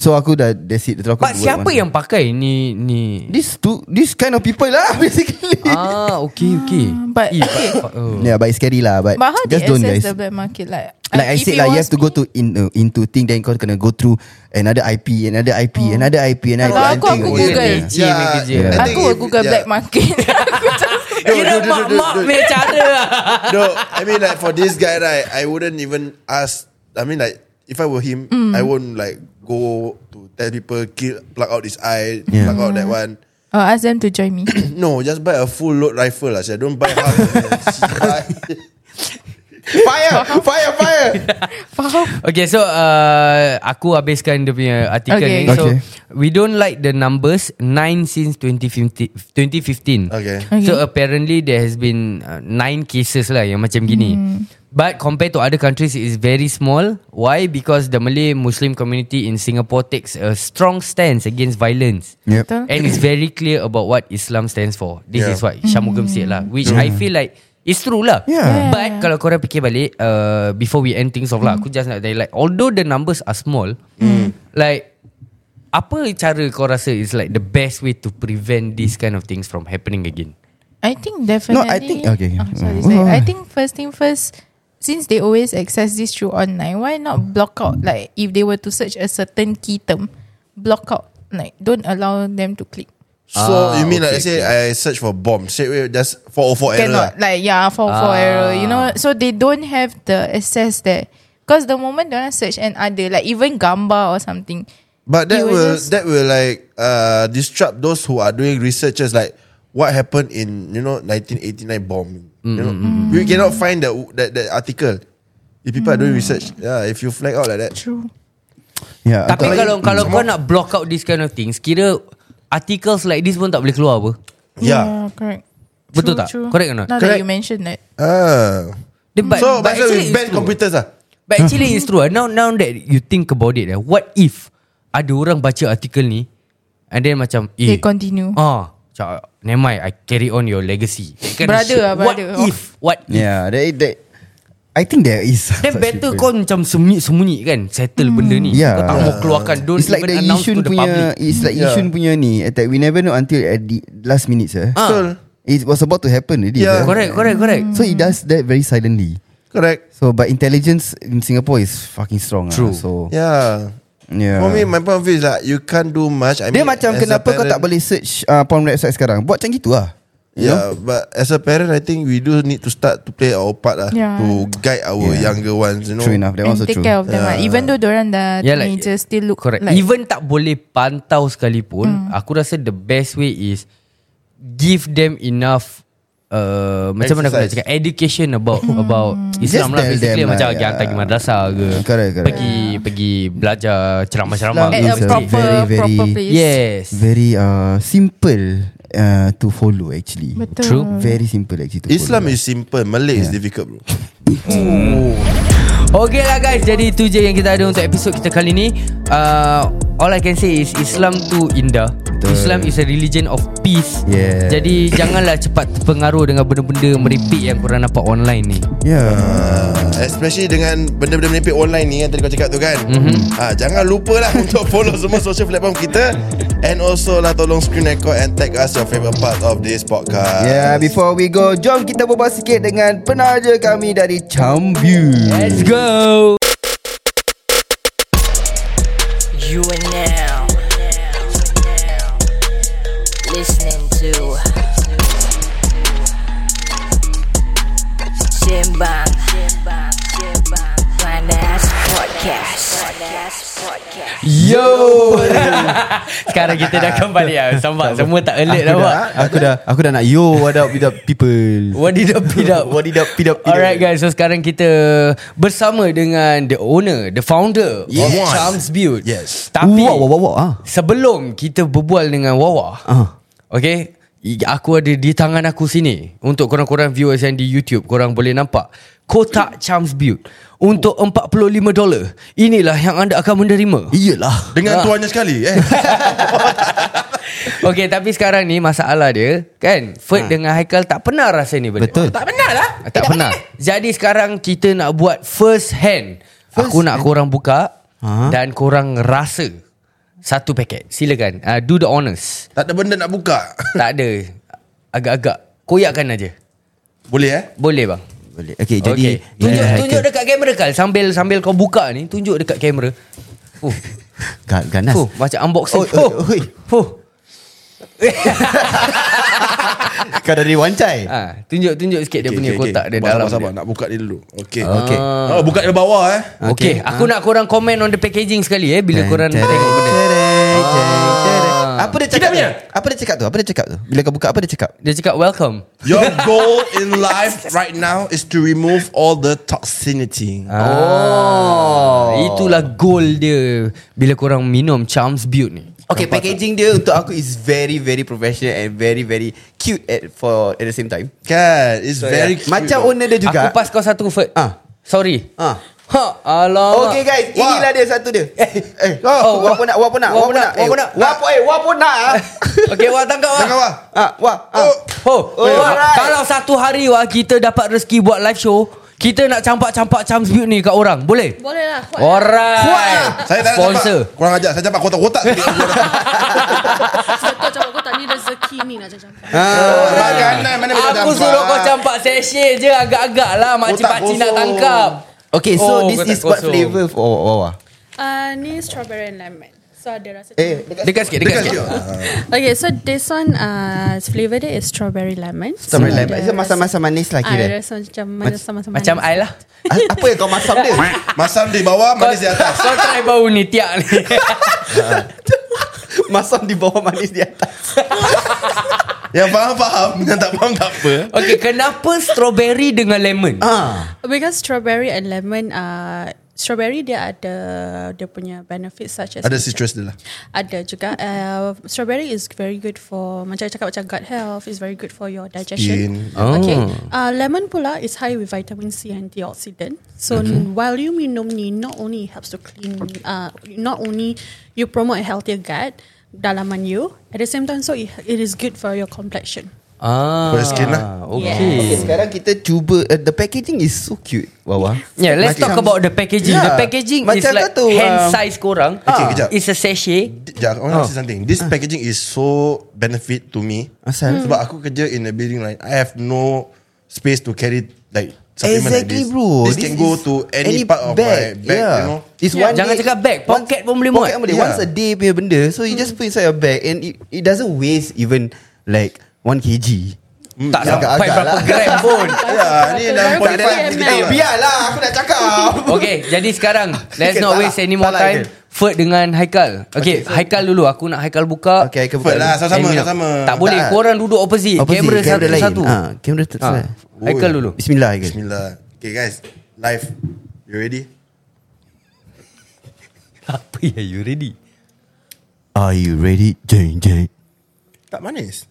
S2: So aku dah That's it Terus aku
S3: But
S2: buat
S3: siapa
S2: one.
S3: yang pakai ni ni?
S2: This two, this kind of people lah Basically
S3: Ah, okay okay.
S4: But-
S3: Eh, but- oh.
S2: Yeah but it's scary lah But,
S4: But how they
S2: just don't
S4: access
S2: guys
S4: the black market? Like,
S2: Like I
S4: if
S2: said
S4: it
S2: lah You
S4: was
S2: have to go to in, uh, Into thing Then kau kena go through Another IP Another IP oh. Another IP Another
S4: Kalau
S2: IP
S4: aku,
S3: Dia
S4: aku
S2: until you-
S4: Google.
S3: leceh punya kerja.
S5: I
S2: Yeah.
S4: Aku
S5: think
S4: will
S5: if-
S4: google
S5: yeah.
S4: black market.
S5: No,
S3: Kira
S5: no, no, no,
S3: mak-mak
S5: no, no.
S3: punya cara lah.
S5: No I mean like For this guy right I wouldn't even ask I mean like If I were him I won't like Go to tell people kill, Plug out his eye
S2: Yeah.
S5: Plug out that one
S4: I'll ask them to join me.
S5: No just buy a full load rifle lah so Don't buy half Fire Fire Fire
S4: Faham?
S3: Okay so uh, Aku habiskan dia punya artikel
S4: Okay.
S3: ni So
S2: Okay.
S3: We don't like the numbers 9 since 2015 2015
S5: Okay.
S3: So apparently there has been uh, 9 cases lah Yang macam gini But compared to other countries It is very small Why? Because the Malay Muslim community in Singapore Takes a strong stance against violence
S2: Yep.
S4: Betul.
S3: And it's very clear about what Islam stands for This
S5: Yeah.
S3: is what Syamugam said lah Which I feel like It's true lah
S2: Yeah.
S3: But kalau korang fikir balik uh, Before we end things off lah Aku just nak tanya like Although the numbers are small Like Apa cara kau rasa Is like the best way To prevent these kind of things From happening again
S4: I think definitely.
S2: think- okay.
S4: Oh, sorry,
S2: Mm.
S4: sorry. I think first thing first, since they always access this through online, why not block out? Like, if they were to search a certain key term, block out. Like, don't allow them to click.
S5: So
S3: Ah,
S5: you mean
S3: okay,
S5: like I say I search for bomb straight away just 404 error. ah? lah.
S4: Cannot. Like, yeah, for for
S3: Ah.
S4: error. You know, so they don't have the access there. Because the moment they want search and other, like even gambar or something.
S5: But that
S4: You will
S5: will
S4: just-
S5: that will like uh disrupt those who are doing researches like what happened in you know 1989 bombing. You know, you cannot find that that, that article. If people are doing research, yeah, if you flag out like that.
S4: True.
S2: yeah,
S3: Tapi
S2: aku-
S3: kalau kalau
S5: Semua-
S3: kau nak block out These kind of things Kira Articles like this pun tak boleh keluar apa
S5: Yeah.
S4: correct.
S3: Betul
S4: True,
S3: tak?
S4: true.
S3: Correct or not?
S4: Now
S5: Correct.
S4: that you mentioned that.
S5: Ah.
S3: Dia- but,
S5: so
S3: but
S5: that's why
S3: actually
S5: we
S3: it's
S5: ban
S3: true.
S5: computers lah.
S3: But actually it's true ah. Now now that you think about it ah, What if Ada orang baca artikel ni And then macam
S4: They
S3: eh,
S4: continue.
S3: Ah, macam never mind, I carry on your legacy. That kind of
S4: Brother
S3: shit.
S4: lah, brother.
S3: What if? What if?
S2: Yeah, that, that, I think there is.
S3: Then
S2: such
S3: better
S2: people.
S3: kau macam sembunyi-sembunyi kan Settle benda
S4: Hmm.
S3: ni
S2: Yeah.
S3: Kau tak mau keluarkan Don't
S2: It's like the
S3: even announce to
S2: Yishun
S3: the public
S2: punya It's like
S5: Yeah.
S2: Yishun punya ni That we never know until At the last minute sir.
S5: Betul.
S2: It was about to happen already
S5: Yeah.
S2: sir.
S3: Ah. Correct, correct, correct
S5: Mm.
S2: So it does that very silently
S5: Correct.
S2: So but intelligence In Singapore is Fucking strong
S3: True.
S2: lah, So
S5: Yeah.
S2: yeah.
S5: For me, my point of view is like you can't do much. I
S2: Dia
S5: mean,
S2: macam
S5: as a
S2: kenapa kau
S5: parent-
S2: tak boleh search uh, Porn website sekarang Buat macam gitu lah You know?
S5: Yeah, but as a parent, I think we do need to start to play our part lah
S4: Yeah.
S5: to guide our younger ones. You know,
S2: True enough That
S4: and
S2: also
S4: take
S2: true
S4: care of them. lah. Even though dorang dah
S3: Yeah,
S4: yeah,
S3: like-
S4: teenager, still look
S3: Correct
S4: like Hmm.
S3: Even tak boleh pantau sekalipun Aku rasa the best way is Give them enough Uh, macam mana aku nak
S5: Exercise.
S3: cakap Education about
S4: Hmm.
S3: about Islam
S2: Just
S3: lah
S2: tell
S3: Basically
S2: them
S3: macam
S2: lah,
S3: Pergi hantar
S2: yeah.
S3: pergi madrasah ke
S2: Correct, correct.
S3: Pergi Pergi belajar Ceramah-ceramah
S2: Islam
S4: at
S2: is
S4: a
S2: a
S4: proper
S2: very, very-
S4: proper place.
S3: Yes
S2: Very uh, simple uh, To follow actually
S4: Betul.
S3: True.
S2: Very simple actually to
S5: Islam
S2: follow.
S5: is simple, Malay is difficult, bro.
S3: Okay lah guys Jadi itu je yang kita ada Untuk episod kita kali ni uh, All I can say is Islam tu indah
S2: Betul.
S3: Islam is a religion of peace
S2: Yes.
S3: Jadi janganlah cepat terpengaruh Dengan benda-benda merepek Yang korang nampak online ni
S2: Yeah
S5: Especially dengan benda-benda menipu online ni yang tadi kau cakap tu kan.
S3: Mhm.
S5: Ah, jangan lupa lah untuk follow semua social platform kita and also lah tolong screen record and tag us your favorite part of this podcast.
S2: Yeah, Ya, before we go, jom kita berbual sikit dengan penaja kami dari Chambu.
S3: Let's go
S1: You are now listening to Simbang Finance Podcast.
S3: Yo Sekarang kita dah kembali ya. Sambat semua tak alert dah Wak.
S2: aku dah aku dah nak yo what up with the people.
S3: What did up did up
S2: What did up did up.
S3: Alright guys So sekarang kita Bersama dengan The owner The founder yes. Of
S5: Yes.
S3: Charms Build
S5: Yes.
S3: Tapi
S2: Wow, wow, wow, wow, ah.
S3: Sebelum kita berbual dengan Wawa
S2: Ah.
S3: Okay i- Aku ada di tangan aku sini Untuk korang-korang viewers yang di YouTube Korang boleh nampak Kotak Charms Build Untuk $45 Inilah yang anda akan menerima
S2: Iyalah.
S3: Ah.
S5: Dengan tuannya sekali eh.
S3: Okay tapi sekarang ni Masalah dia Kan Ferd dengan Haikal Tak pernah rasa ni benda
S2: Betul.
S3: Tak pernah lah Tak, pernah Jadi sekarang Kita nak buat First hand First Aku nak korang buka
S2: Ha?
S3: Dan korang rasa Satu paket Silakan uh, Do the honors
S5: tak ada benda nak buka.
S3: Tak ada Agak-agak Koyakkan aja
S5: Boleh eh?
S3: Boleh bang
S2: Boleh. Okay, Eh, jadi
S3: okay. Tunjuk,
S2: Yeah,
S3: tunjuk
S2: Haikal.
S3: dekat kamera Kal Sambil sambil kau buka ni Tunjuk dekat kamera Oh,
S2: Ga- ganas.
S3: oh macam unboxing
S2: Oh, oh, oh.
S3: oh.
S2: Kau dari wancai.
S3: Ha, tunjuk tunjuk sikit dia
S5: Okey,
S3: punya
S5: okey,
S3: kotak
S5: okey.
S3: dia
S5: Sabar,
S3: dalam.
S5: sabar, sabar.
S3: dia. Ah.
S5: Nak buka dia dulu Okay
S2: Okey.
S5: oh, Buka dari bawah eh
S3: Okay,
S2: Okey.
S3: aku nak korang komen on the packaging sekali eh bila korang tengok benda. Ah.
S2: Apa dia cakap? tu? Apa dia cakap tu? Apa dia cakap tu? Bila kau buka apa dia cakap?
S3: Dia cakap welcome.
S5: Your goal in life right now is to remove all the toxicity.
S3: Ah. Oh, itulah goal dia bila korang minum Charms Butte ni.
S2: Okay, packaging dia untuk aku is very very professional and very very cute at for at the same time.
S5: Kan, it's very cute.
S2: Macam owner dia juga.
S3: Aku pas kau satu Ferd.
S2: Ah.
S3: Sorry.
S2: Ah.
S3: Ha, alamak.
S2: Okay guys, Wah. inilah dia satu dia. Eh, eh.
S3: Oh,
S2: Oh, oh wapo nak, wapo nak,
S3: wah pun
S2: wapo
S3: nak,
S2: nak,
S3: wah pun nak.
S2: wapo eh, wapo nak. ah.
S3: Okay, Wah tangkap Wah.
S5: Tangkap Wah.
S2: Ah, wah.
S5: Oh.
S2: Ah.
S3: Oh, oh Wah,
S2: alright.
S3: kalau satu hari Wah kita dapat rezeki buat live show, kita nak campak-campak Champs Beauty ni kat orang. Boleh?
S7: Boleh lah kuat lah.
S3: Alright.
S5: Saya tak nak
S3: Sponsor.
S5: campak. Kurang ajar. Saya campak kotak-kotak.
S7: Sebab kau cakap kau tak ni rezeki ni nak campak
S2: Ah.
S5: Makanan mana boleh
S3: Aku
S5: campak.
S3: suruh kau campak session je agak-agak lah makcik-pakcik nak
S5: kosong.
S3: tangkap.
S2: Okay, Eh,
S3: Oh,
S2: so this
S3: kotak
S2: is what
S3: kosong.
S2: flavour for Wawa?
S7: uh, Ni strawberry and lemon So ada rasa
S2: Eh,
S3: Dekat sikit,
S5: Dekat
S3: dekat, sikit.
S5: Kan sikit.
S7: Okay so this one uh, Flavor dia is strawberry lemon
S2: Strawberry
S7: So,
S2: lemon.
S7: ada
S2: It's a masam-masam
S7: rasa-
S2: manis lah
S7: Ah,
S2: kira.
S7: Ada rasa macam manis sama-sama
S3: Macam I lah.
S2: A- apa yang kau masam dia?
S5: Masam di bawah, manis di atas.
S3: Kau try bau ni tiak ni.
S2: masam di bawah manis di atas.
S5: Yang Ya, faham, faham. Yang tak faham, tak apa.
S3: Okay, kenapa strawberry dengan lemon?
S2: Ah.
S7: Because strawberry and lemon uh, Strawberry dia ada Dia punya benefits such as
S5: Ada citrus dia lah.
S7: Ada juga uh, Strawberry is very good for Macam I cakap macam gut health Is very good for your digestion
S5: Skin.
S7: Okay
S2: Oh.
S7: uh, Lemon pula is high with vitamin C and antioxidant So while you minum ni Not only helps to clean uh, Not only You promote a healthier gut Dalaman you At the same time So it, it is good for your complexion
S3: Ah.
S5: Boleh skin lah.
S2: Okay,
S3: Okay.
S2: sekarang kita cuba uh, the packaging is so cute, Wawa.
S3: Yeah, let's talk about the packaging. Yeah. The packaging is
S2: Ya. Macam
S3: like
S2: kau tu,
S3: hand
S2: um,
S3: size korang.
S5: Okay, kejap.
S3: It's a sachet.
S5: Yeah, I want to say oh, something. This packaging is so benefit to me.
S2: Asal?
S5: Sebab aku kerja in a building line. I have no space to carry like supplement like this.
S2: Exactly bro.
S5: This, can
S2: is
S5: go to any, part of my bag,
S2: yeah.
S5: you know.
S2: It's
S3: Yeah.
S2: one
S3: Jangan
S2: day-
S3: cakap bag, pocket
S2: once-
S3: pun boleh
S2: pocket
S3: muat.
S2: boleh.
S5: Yeah.
S2: Once a day punya benda. So you just put inside your bag and it, it doesn't waste even like 1 kg.
S5: Hmm,
S3: Tak
S2: agak-agak
S3: sampai berapa
S2: lah.
S3: gram pun.
S5: Ya, ni dalam
S7: Baru
S5: point five.
S7: kita
S5: gitu
S7: ML.
S5: lah.
S2: biarlah aku nak cakap.
S3: Okay, jadi sekarang let's
S2: Okay,
S3: not
S2: tak
S3: waste
S2: lah.
S3: any more
S2: Tak lah,
S3: time. Ferd dengan Haikal. Okay, Haikal dulu. Aku nak Haikal buka.
S2: Okay, aku
S5: Ferd lah, sama-sama,
S3: And Minah.
S5: sama-sama.
S3: Tak boleh,
S2: Tak.
S3: korang duduk opposite.
S2: Opposite,
S3: Kamera
S2: kamera lain.
S3: satu-satu.
S2: Ah, kamera tu-
S3: Ah, Haikal dulu.
S2: Bismillah Haikal.
S5: Bismillah. Okay guys, live. You ready?
S3: Apa ya, you ready?
S2: Are you ready? Jeng jeng.
S5: Tak manis.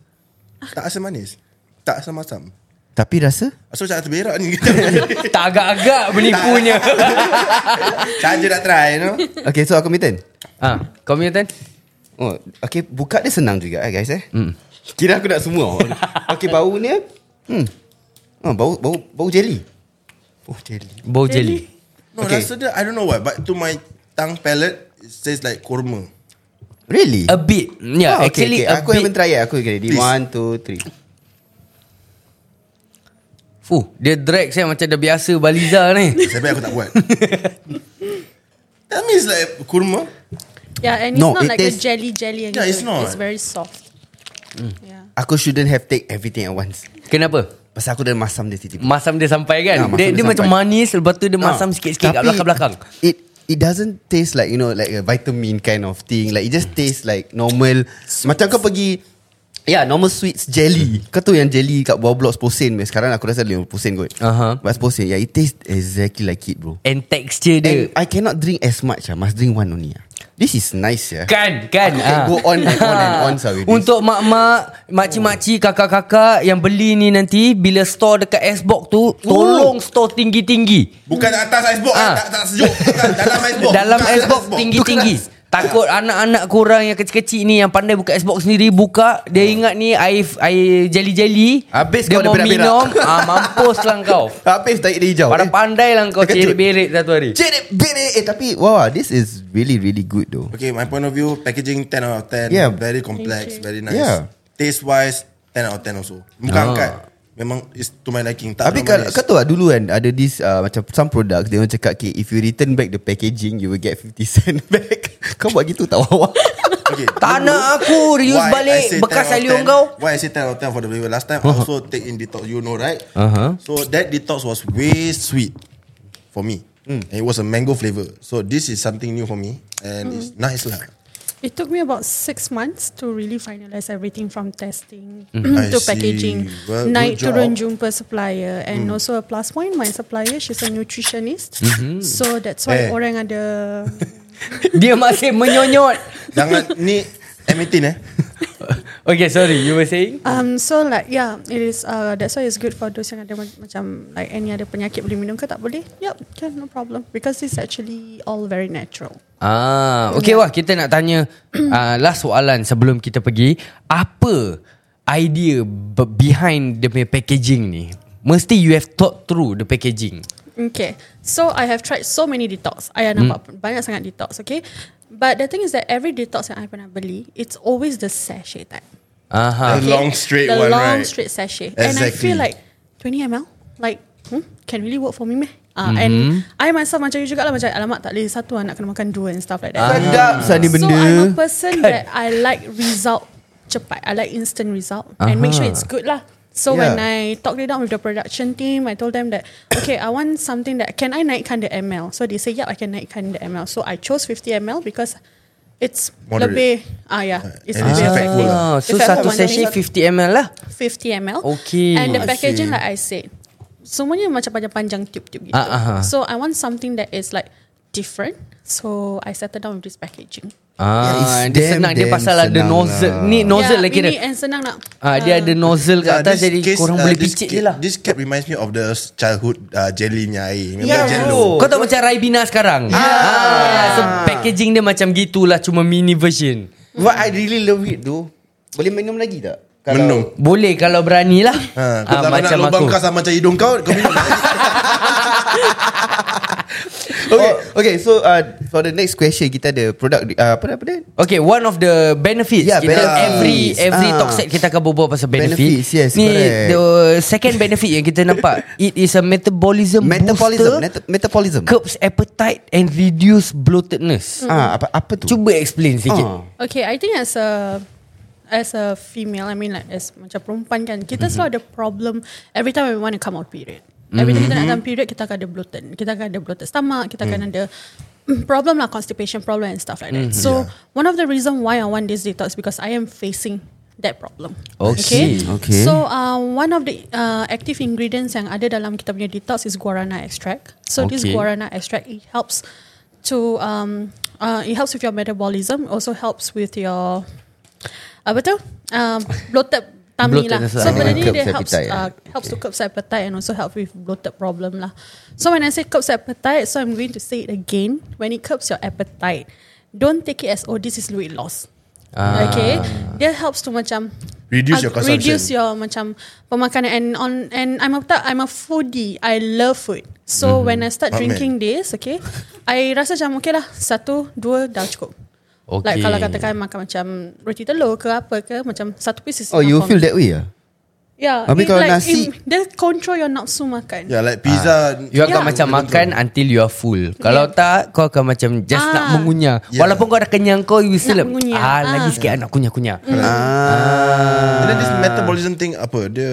S5: Tak asam manis. Tak asam masam.
S2: Tapi rasa
S5: Asal macam terberak ni.
S3: Tak agak-agak menipunya.
S5: Saja nak try, you know.
S2: Okay so aku mitten
S3: ah, kau punya turn?
S2: Oh, okay buka dia senang juga eh guys eh. Hmm. Kira aku nak semua. okay bau ni hmm. Oh, bau bau bau jelly. Bau jelly.
S3: Bau jelly.
S5: No,
S2: Okay.
S5: rasa dia, I don't know why. But to my tongue palate, it tastes like kurma.
S2: Really?
S3: A bit. Yeah,
S2: Oh, okay,
S3: actually
S2: okay.
S3: a
S2: aku
S3: bit.
S2: haven't try yet. Aku ready.
S5: Please.
S2: One, two, three.
S3: Fuh, dia drag saya macam dah biasa Baliza ni.
S5: Sebab aku tak buat. That means like kurma.
S7: Yeah and it's
S2: No,
S7: not
S2: it
S7: like a
S2: tastes- Mm.
S7: jelly jelly and
S5: Yeah, it's
S7: good.
S5: not.
S7: It's very soft Yeah
S2: Aku shouldn't have take everything at once.
S3: Kenapa?
S2: Pasal aku dah masam dia titik.
S3: Masam dia sampai
S2: Ah,
S3: kan?
S2: masam
S3: dia
S2: dia
S3: dia macam
S2: sampai.
S3: manis lepas tu dia masam
S2: Ah,
S3: sikit-sikit kat
S2: tapi
S3: belakang-belakang.
S2: It it doesn't taste like you know like a vitamin kind of thing. Like it just tastes like normal. Macam kau pergi Ya, yeah, normal sweets jelly. Kau tu yang jelly kat bawah blok 10 punya. Sekarang aku rasa 50 kot.
S3: Aha.
S2: But 10 yeah, it tastes exactly like it, bro.
S3: And texture dia
S2: And I cannot drink as much. Ah. Must drink one only. Ah. This is nice, yeah.
S3: Kan kan
S2: Aku can
S3: ah.
S2: go on and on and on, Oh. sah, with this.
S3: Untuk mak-mak Makcik-makcik Kakak-kakak Yang beli ni nanti Bila store dekat S-Box tu
S2: Oh.
S3: Tolong store tinggi-tinggi
S5: Bukan atas icebox.
S3: Ah.
S5: Ah. Tak, tak sejuk. Bukan dalam icebox.
S3: Dalam
S5: Bukan
S3: S-Box
S5: icebox.
S3: tinggi-tinggi Takut anak-anak korang Yang kecil-kecil ni Yang pandai buka S-Box sendiri Buka Dia ingat ni Air, air jeli-jeli
S2: Habis
S3: Dia
S2: kau dah
S3: mau
S2: berak-berak.
S3: minum ah, Mampus lah kau
S2: Habis tahi dia hijau. eh.
S3: Pandai-pandai lah kau
S2: Terkejut.
S3: Cerit-berit satu hari
S2: Jadi bini Eh tapi Wow this is really really good though
S5: Okay, my point of view, packaging 10 out of 10.
S2: Yeah.
S5: Very complex, very nice.
S2: Yeah. Ah.
S5: Taste wise, 10 out of 10 also. Bukan angkat. Memang is to my liking. Tak
S2: Tapi
S5: terlalu
S2: kalau
S5: manis.
S2: kau tahu tak dulu kan ada this uh, macam some products dia orang cakap okay, if you return back the packaging you will get 50 cent back. kau buat gitu tak wawa.
S5: Okay,
S3: Tak
S5: dulu,
S3: nak aku reuse
S5: why
S3: balik
S5: I say 10 out
S3: bekas
S5: of
S3: alium
S5: 10?
S3: kau.
S5: Why I say 10 out of 10 for the flavor Last time I also take in detox You know right
S3: Uh-huh.
S5: So that detox was way sweet For me
S3: Hmm.
S5: And it was a mango flavor So this is something new for me And it's
S3: Hmm.
S5: nice lah
S7: It took me about six months to really finalize everything from testing
S5: I
S7: to
S5: see.
S7: packaging.
S5: Well,
S7: Night
S5: good job.
S7: to
S5: Mm.
S7: Renjumpa supplier and also a plus point. My supplier, she's a nutritionist. So that's
S5: Eh.
S7: why orang ada
S3: Dia masih menyonyot
S5: Jangan ni M18 eh
S3: Okay sorry You were saying
S7: um so like yeah it is uh, that's why it's good for those yang ada ma- macam like any other penyakit boleh minum ke tak boleh. Yep, can no problem because it's actually all very natural.
S3: Ah, okay wah kita nak tanya uh, last soalan sebelum kita pergi, apa idea be- behind the packaging ni? Mesti you have thought through the packaging.
S7: Okay. So I have tried so many detox. I ada nampak banyak sangat detox, okay? But the thing is that every detox yang I pernah beli, it's always the sachet type.
S3: Aha.
S5: The long straight
S7: the
S5: one,
S7: long
S5: right?
S7: straight sachet. And I feel
S5: Exactly.
S7: like 20 ml, like, hmm, can really work for me meh? Uh, And I myself macam you juga lah, macam alamak tak boleh satu anak kena makan dua and stuff like that.
S2: Ah, Sedap sah ni
S7: Ah. So
S2: benda.
S7: I'm a person
S3: kan?
S7: that I like result cepat. I like instant result and make sure it's good lah. So
S2: Yeah.
S7: when I talked it out with the production team, I told them that okay, I want something that can I naikkan the ml. So they say yeah, I can naikkan the ml. So I chose 50 ml because it's
S5: Moderate.
S7: lebih ah yeah, it's
S5: and it's
S7: lebih
S5: effective.
S7: effective.
S3: Ah, so
S7: Effective
S3: satu
S7: one
S3: sachet
S7: minute.
S3: 50 ml lah.
S7: 50 ml.
S3: Okay.
S7: And the
S3: I
S7: packaging like I said, semuanya macam panjang-panjang tube-tube gitu.
S3: Ah, ah, ah.
S7: So I want something that is like different. So I settled down with this packaging.
S5: Ya,
S3: Ah,
S2: Yeah, it's
S3: dia
S2: damn,
S3: senang dia
S2: damn
S3: pasal ada
S2: senang
S3: nozzle.
S2: lah.
S3: Ni nozzle lagi
S7: Ya, mini
S3: dia.
S7: and senang nak.
S3: Ah, dia
S5: Ya,
S3: ada nozzle kat atas jadi korang boleh
S5: uh, this
S3: picit
S5: ca-
S3: je lah.
S5: This cap reminds me of the childhood uh, jelly nya air. Remember
S3: Ya,
S2: Yeah,
S5: jello? Ha,
S2: bro.
S3: Kau tahu macam Raibina sekarang.
S5: Ya.
S3: Ah, so packaging dia macam gitulah cuma mini version.
S2: What I really love it tu Boleh minum lagi tak?
S5: Menung.
S3: Boleh kalau berani lah.
S5: Ha, kau tak nak lubang kau sama macam hidung kau, kau minum.
S2: Okay,
S7: Oh.
S2: okay so uh, For the next question Kita ada produk uh, Apa dah, apa dah?
S3: Okay, one of the benefits
S2: Yeah,
S3: kita
S2: benefits.
S3: every every
S2: Ah.
S3: talk set kita akan berbual pasal benefit.
S2: Benefits, yes,
S3: Ni
S2: correct.
S3: the second benefit yang kita nampak it is a metabolism, booster,
S2: Metabolism net- Metabolism
S3: curbs appetite and reduce bloatedness.
S2: Ah, apa, apa tu?
S3: Cuba explain sikit.
S2: Ah.
S7: Okay, I think as a as a female, I mean like as macam perempuan kan,
S3: Mhm.
S7: kita selalu ada problem every time we want to come out period. Every time kita
S3: Mhm.
S7: nak come period, kita akan ada bloated. Kita akan ada bloated stomach, kita akan
S3: Mm.
S7: ada mm, problem lah, constipation problem and stuff like
S3: Mm-hmm.
S7: that. So, one of the reason why I want this detox because I am facing that problem.
S3: Okay.
S2: Okay.
S7: So, uh, one of the uh, active ingredients yang ada dalam kita punya detox is guarana extract. So, this
S3: Okay.
S7: guarana extract, it helps to, um, uh, it helps with your metabolism, also helps with your, apa tu? Um, bloated tummy lah.
S3: Bloatedness
S7: So,
S3: lah.
S7: benda ni
S2: Curbs
S7: dia helps,
S2: appetite,
S7: uh, helps to curb appetite and also help with bloated problem lah. So, when I say curbs appetite, so I'm going to say it again. When it curbs your appetite, don't take it as, oh, this is weight loss. Okay, that helps to macam
S5: Reduce your
S7: Ag-
S5: consumption.
S7: Reduce your uh, macam pemakanan and on and I'm a tak I'm a foodie. I love food.
S5: Mhm.
S7: So when I start
S5: Hot man.
S7: drinking this, okay, I rasa macam okay lah satu dua dah cukup.
S3: Okay.
S7: Like kalau katakan makan macam roti telur ke apa ke macam satu piece is
S2: Oh, you
S7: enough for
S2: feel
S7: me.
S2: that way ah?
S7: Yeah,
S2: Habis
S7: it
S2: kalau
S7: like,
S2: nasi-
S7: it- Dia control your nafsu makan.
S5: yeah, Ya, like pizza.
S3: You akan
S7: Yeah.
S3: macam makan until you are full. Kalau tak kau akan macam just
S7: Ya. Ah.
S3: nak mengunyah.
S2: Ya.
S5: Yeah.
S3: Walaupun kau dah kenyang kau you still
S7: Nak
S3: like,
S7: mengunyah.
S3: ah,
S7: Ah. Hmm.
S3: lagi sikit ah, nak kunyah-kunyah.
S5: And then
S3: Ah.
S5: this metabolism thing apa? Dia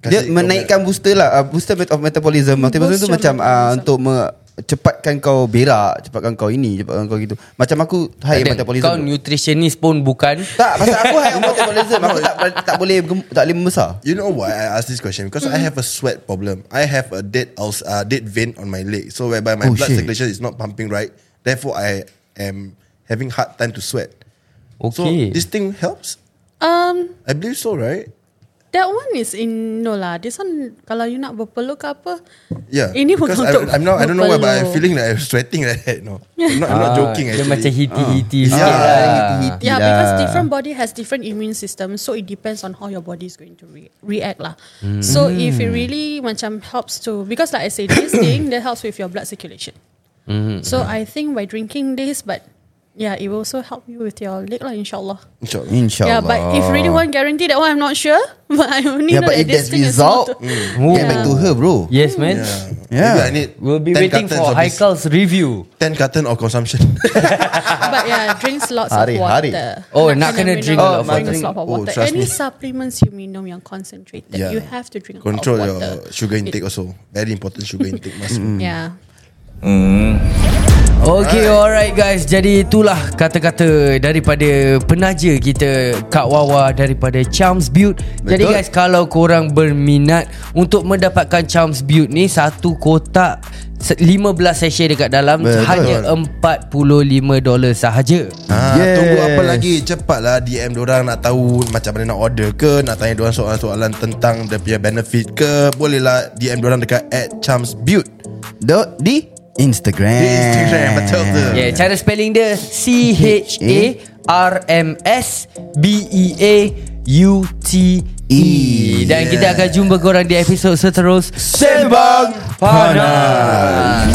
S2: Dia
S5: Kasih kau
S2: menaikkan booster lah uh, Booster met- of metabolism Metabolism tu
S7: Booster
S2: macam uh,
S7: metabolism.
S2: Untuk me- Cepatkan kau berak Cepatkan kau ini Cepatkan kau gitu Macam aku High
S3: Adam,
S2: Ah, metabolism
S3: kau
S2: tu.
S3: nutritionist pun bukan.
S2: Tak pasal aku high on metabolism Aku tak tak boleh gem- Tak boleh membesar
S5: You know why I ask this question? Because I have a sweat problem. I have a dead ulcer, uh, dead vein on my leg, so whereby my
S2: Oh,
S5: blood
S2: shit.
S5: circulation is not pumping right. Therefore, I am having hard time to sweat. So
S3: Okay.
S5: this thing helps.
S7: Um,
S5: I believe so, right?
S7: that one is in no lah. This one kalau you nak berpeluh ke apa.
S5: Yeah.
S7: Ini bukan
S5: because I,
S7: untuk
S5: I'm not. I don't know why, but I'm
S7: berpeluh.
S5: feeling like I'm sweating like that. No, I'm not, I'm not
S3: Ah,
S5: joking.
S3: Dia
S5: Actually,
S3: macam hiti-hiti
S2: Ah.
S3: sikit
S2: Yeah,
S3: lah.
S2: hiti-hiti. lah.
S7: Yeah,
S2: Tidak.
S7: because different body has different immune system, so it depends on how your body is going to re- react lah. So if it really macam helps to because like I say this thing that helps with your blood circulation. So I think by drinking this, but yeah, it will also help you with your leg lah, inshallah.
S5: Inshallah.
S2: InsyaAllah
S7: Yeah, but if really want guarantee that one, I'm not sure. But I only
S2: Yeah
S7: know
S2: but if
S7: that
S2: that's
S7: this thing
S2: result hmm. mm,
S7: is. not
S3: Oh.
S2: Get back to her bro
S3: Yes, man.
S2: Yeah.
S5: Maybe I need
S3: We'll be
S5: 10
S3: waiting
S5: cartons
S3: for
S5: of this-
S3: Haikal's review.
S5: Ten carton of consumption.
S7: But yeah, drinks lots
S2: Hari,
S7: of water.
S2: hari.
S3: Oh, nak kena drink a lot of
S7: minum-
S3: water.
S7: drinks lot of
S5: Oh,
S7: water.
S5: trust me.
S7: Any supplements you minum yang concentrated,
S5: Yeah.
S7: you have to drink a
S3: Oh,
S7: lot of
S5: Control your
S7: water.
S5: sugar intake also. Very important sugar intake must.
S7: Yeah.
S3: Okay, alright guys. Jadi itulah kata-kata daripada penaja kita Kak Wawa daripada Charms Build. Jadi
S2: Betul.
S3: guys, kalau korang berminat untuk mendapatkan Charms Build ni satu kotak se- 15 sachet dekat dalam
S2: Betul.
S3: hanya 45 dolar sahaja.
S5: Ah,
S2: Yes.
S5: yes. Tunggu apa lagi Cepatlah DM dorang Nak tahu Macam mana nak order ke Nak tanya dorang soalan-soalan Tentang dia punya benefit ke Bolehlah DM dorang dekat At Champs Build
S2: Dot D Instagram
S5: Instagram, betul tu.
S3: Yeah, Ya, cara spelling dia C H A R M S B E A U T E. Dan kita akan jumpa korang di episod seterus
S2: Sembang
S3: Panas.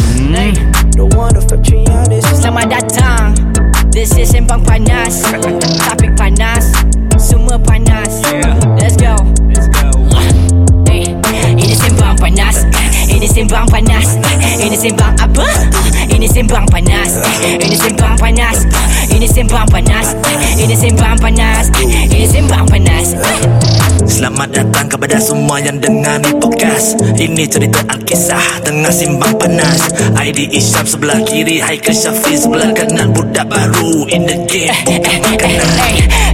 S1: Selamat datang This is Sembang Panas Topik panas Semua panas Let's go Eh, Ini Sembang Panas Eh, Ini Sembang Panas Eh, Ini Sembang apa? Eh, Ini Sembang Panas Eh, Ini Sembang Panas Eh, Ini Sembang Panas Eh, Ini Sembang Panas Eh, Ini Sembang Panas Eh,
S6: Selamat datang kepada semua yang dengar ni podcast Ini cerita Alkisah tengah simbang panas ID Isyam sebelah kiri Haikal Syafiq sebelah kanan Budak baru in the game Bukan makanan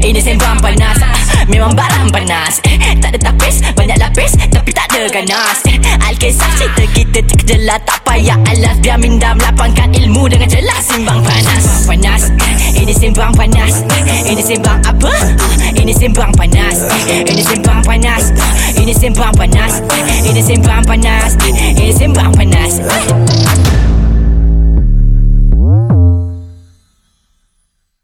S1: Eh, Ini sembang panas Ah, Memang barang panas Eh, Tak ada tapis Banyak lapis Tapi tak ada ganas Eh, Alkisah cerita kita terkejelah Tak payah alas Biar minda melapangkan ilmu Dengan jelas Simbang panas Sembang panas Eh, Ini sembang panas Eh, Ini sembang apa? Ah, Ini sembang panas Eh, Ini sembang panas Ah, Ini sembang panas Eh, Ini sembang panas Eh, Ini sembang panas Eh,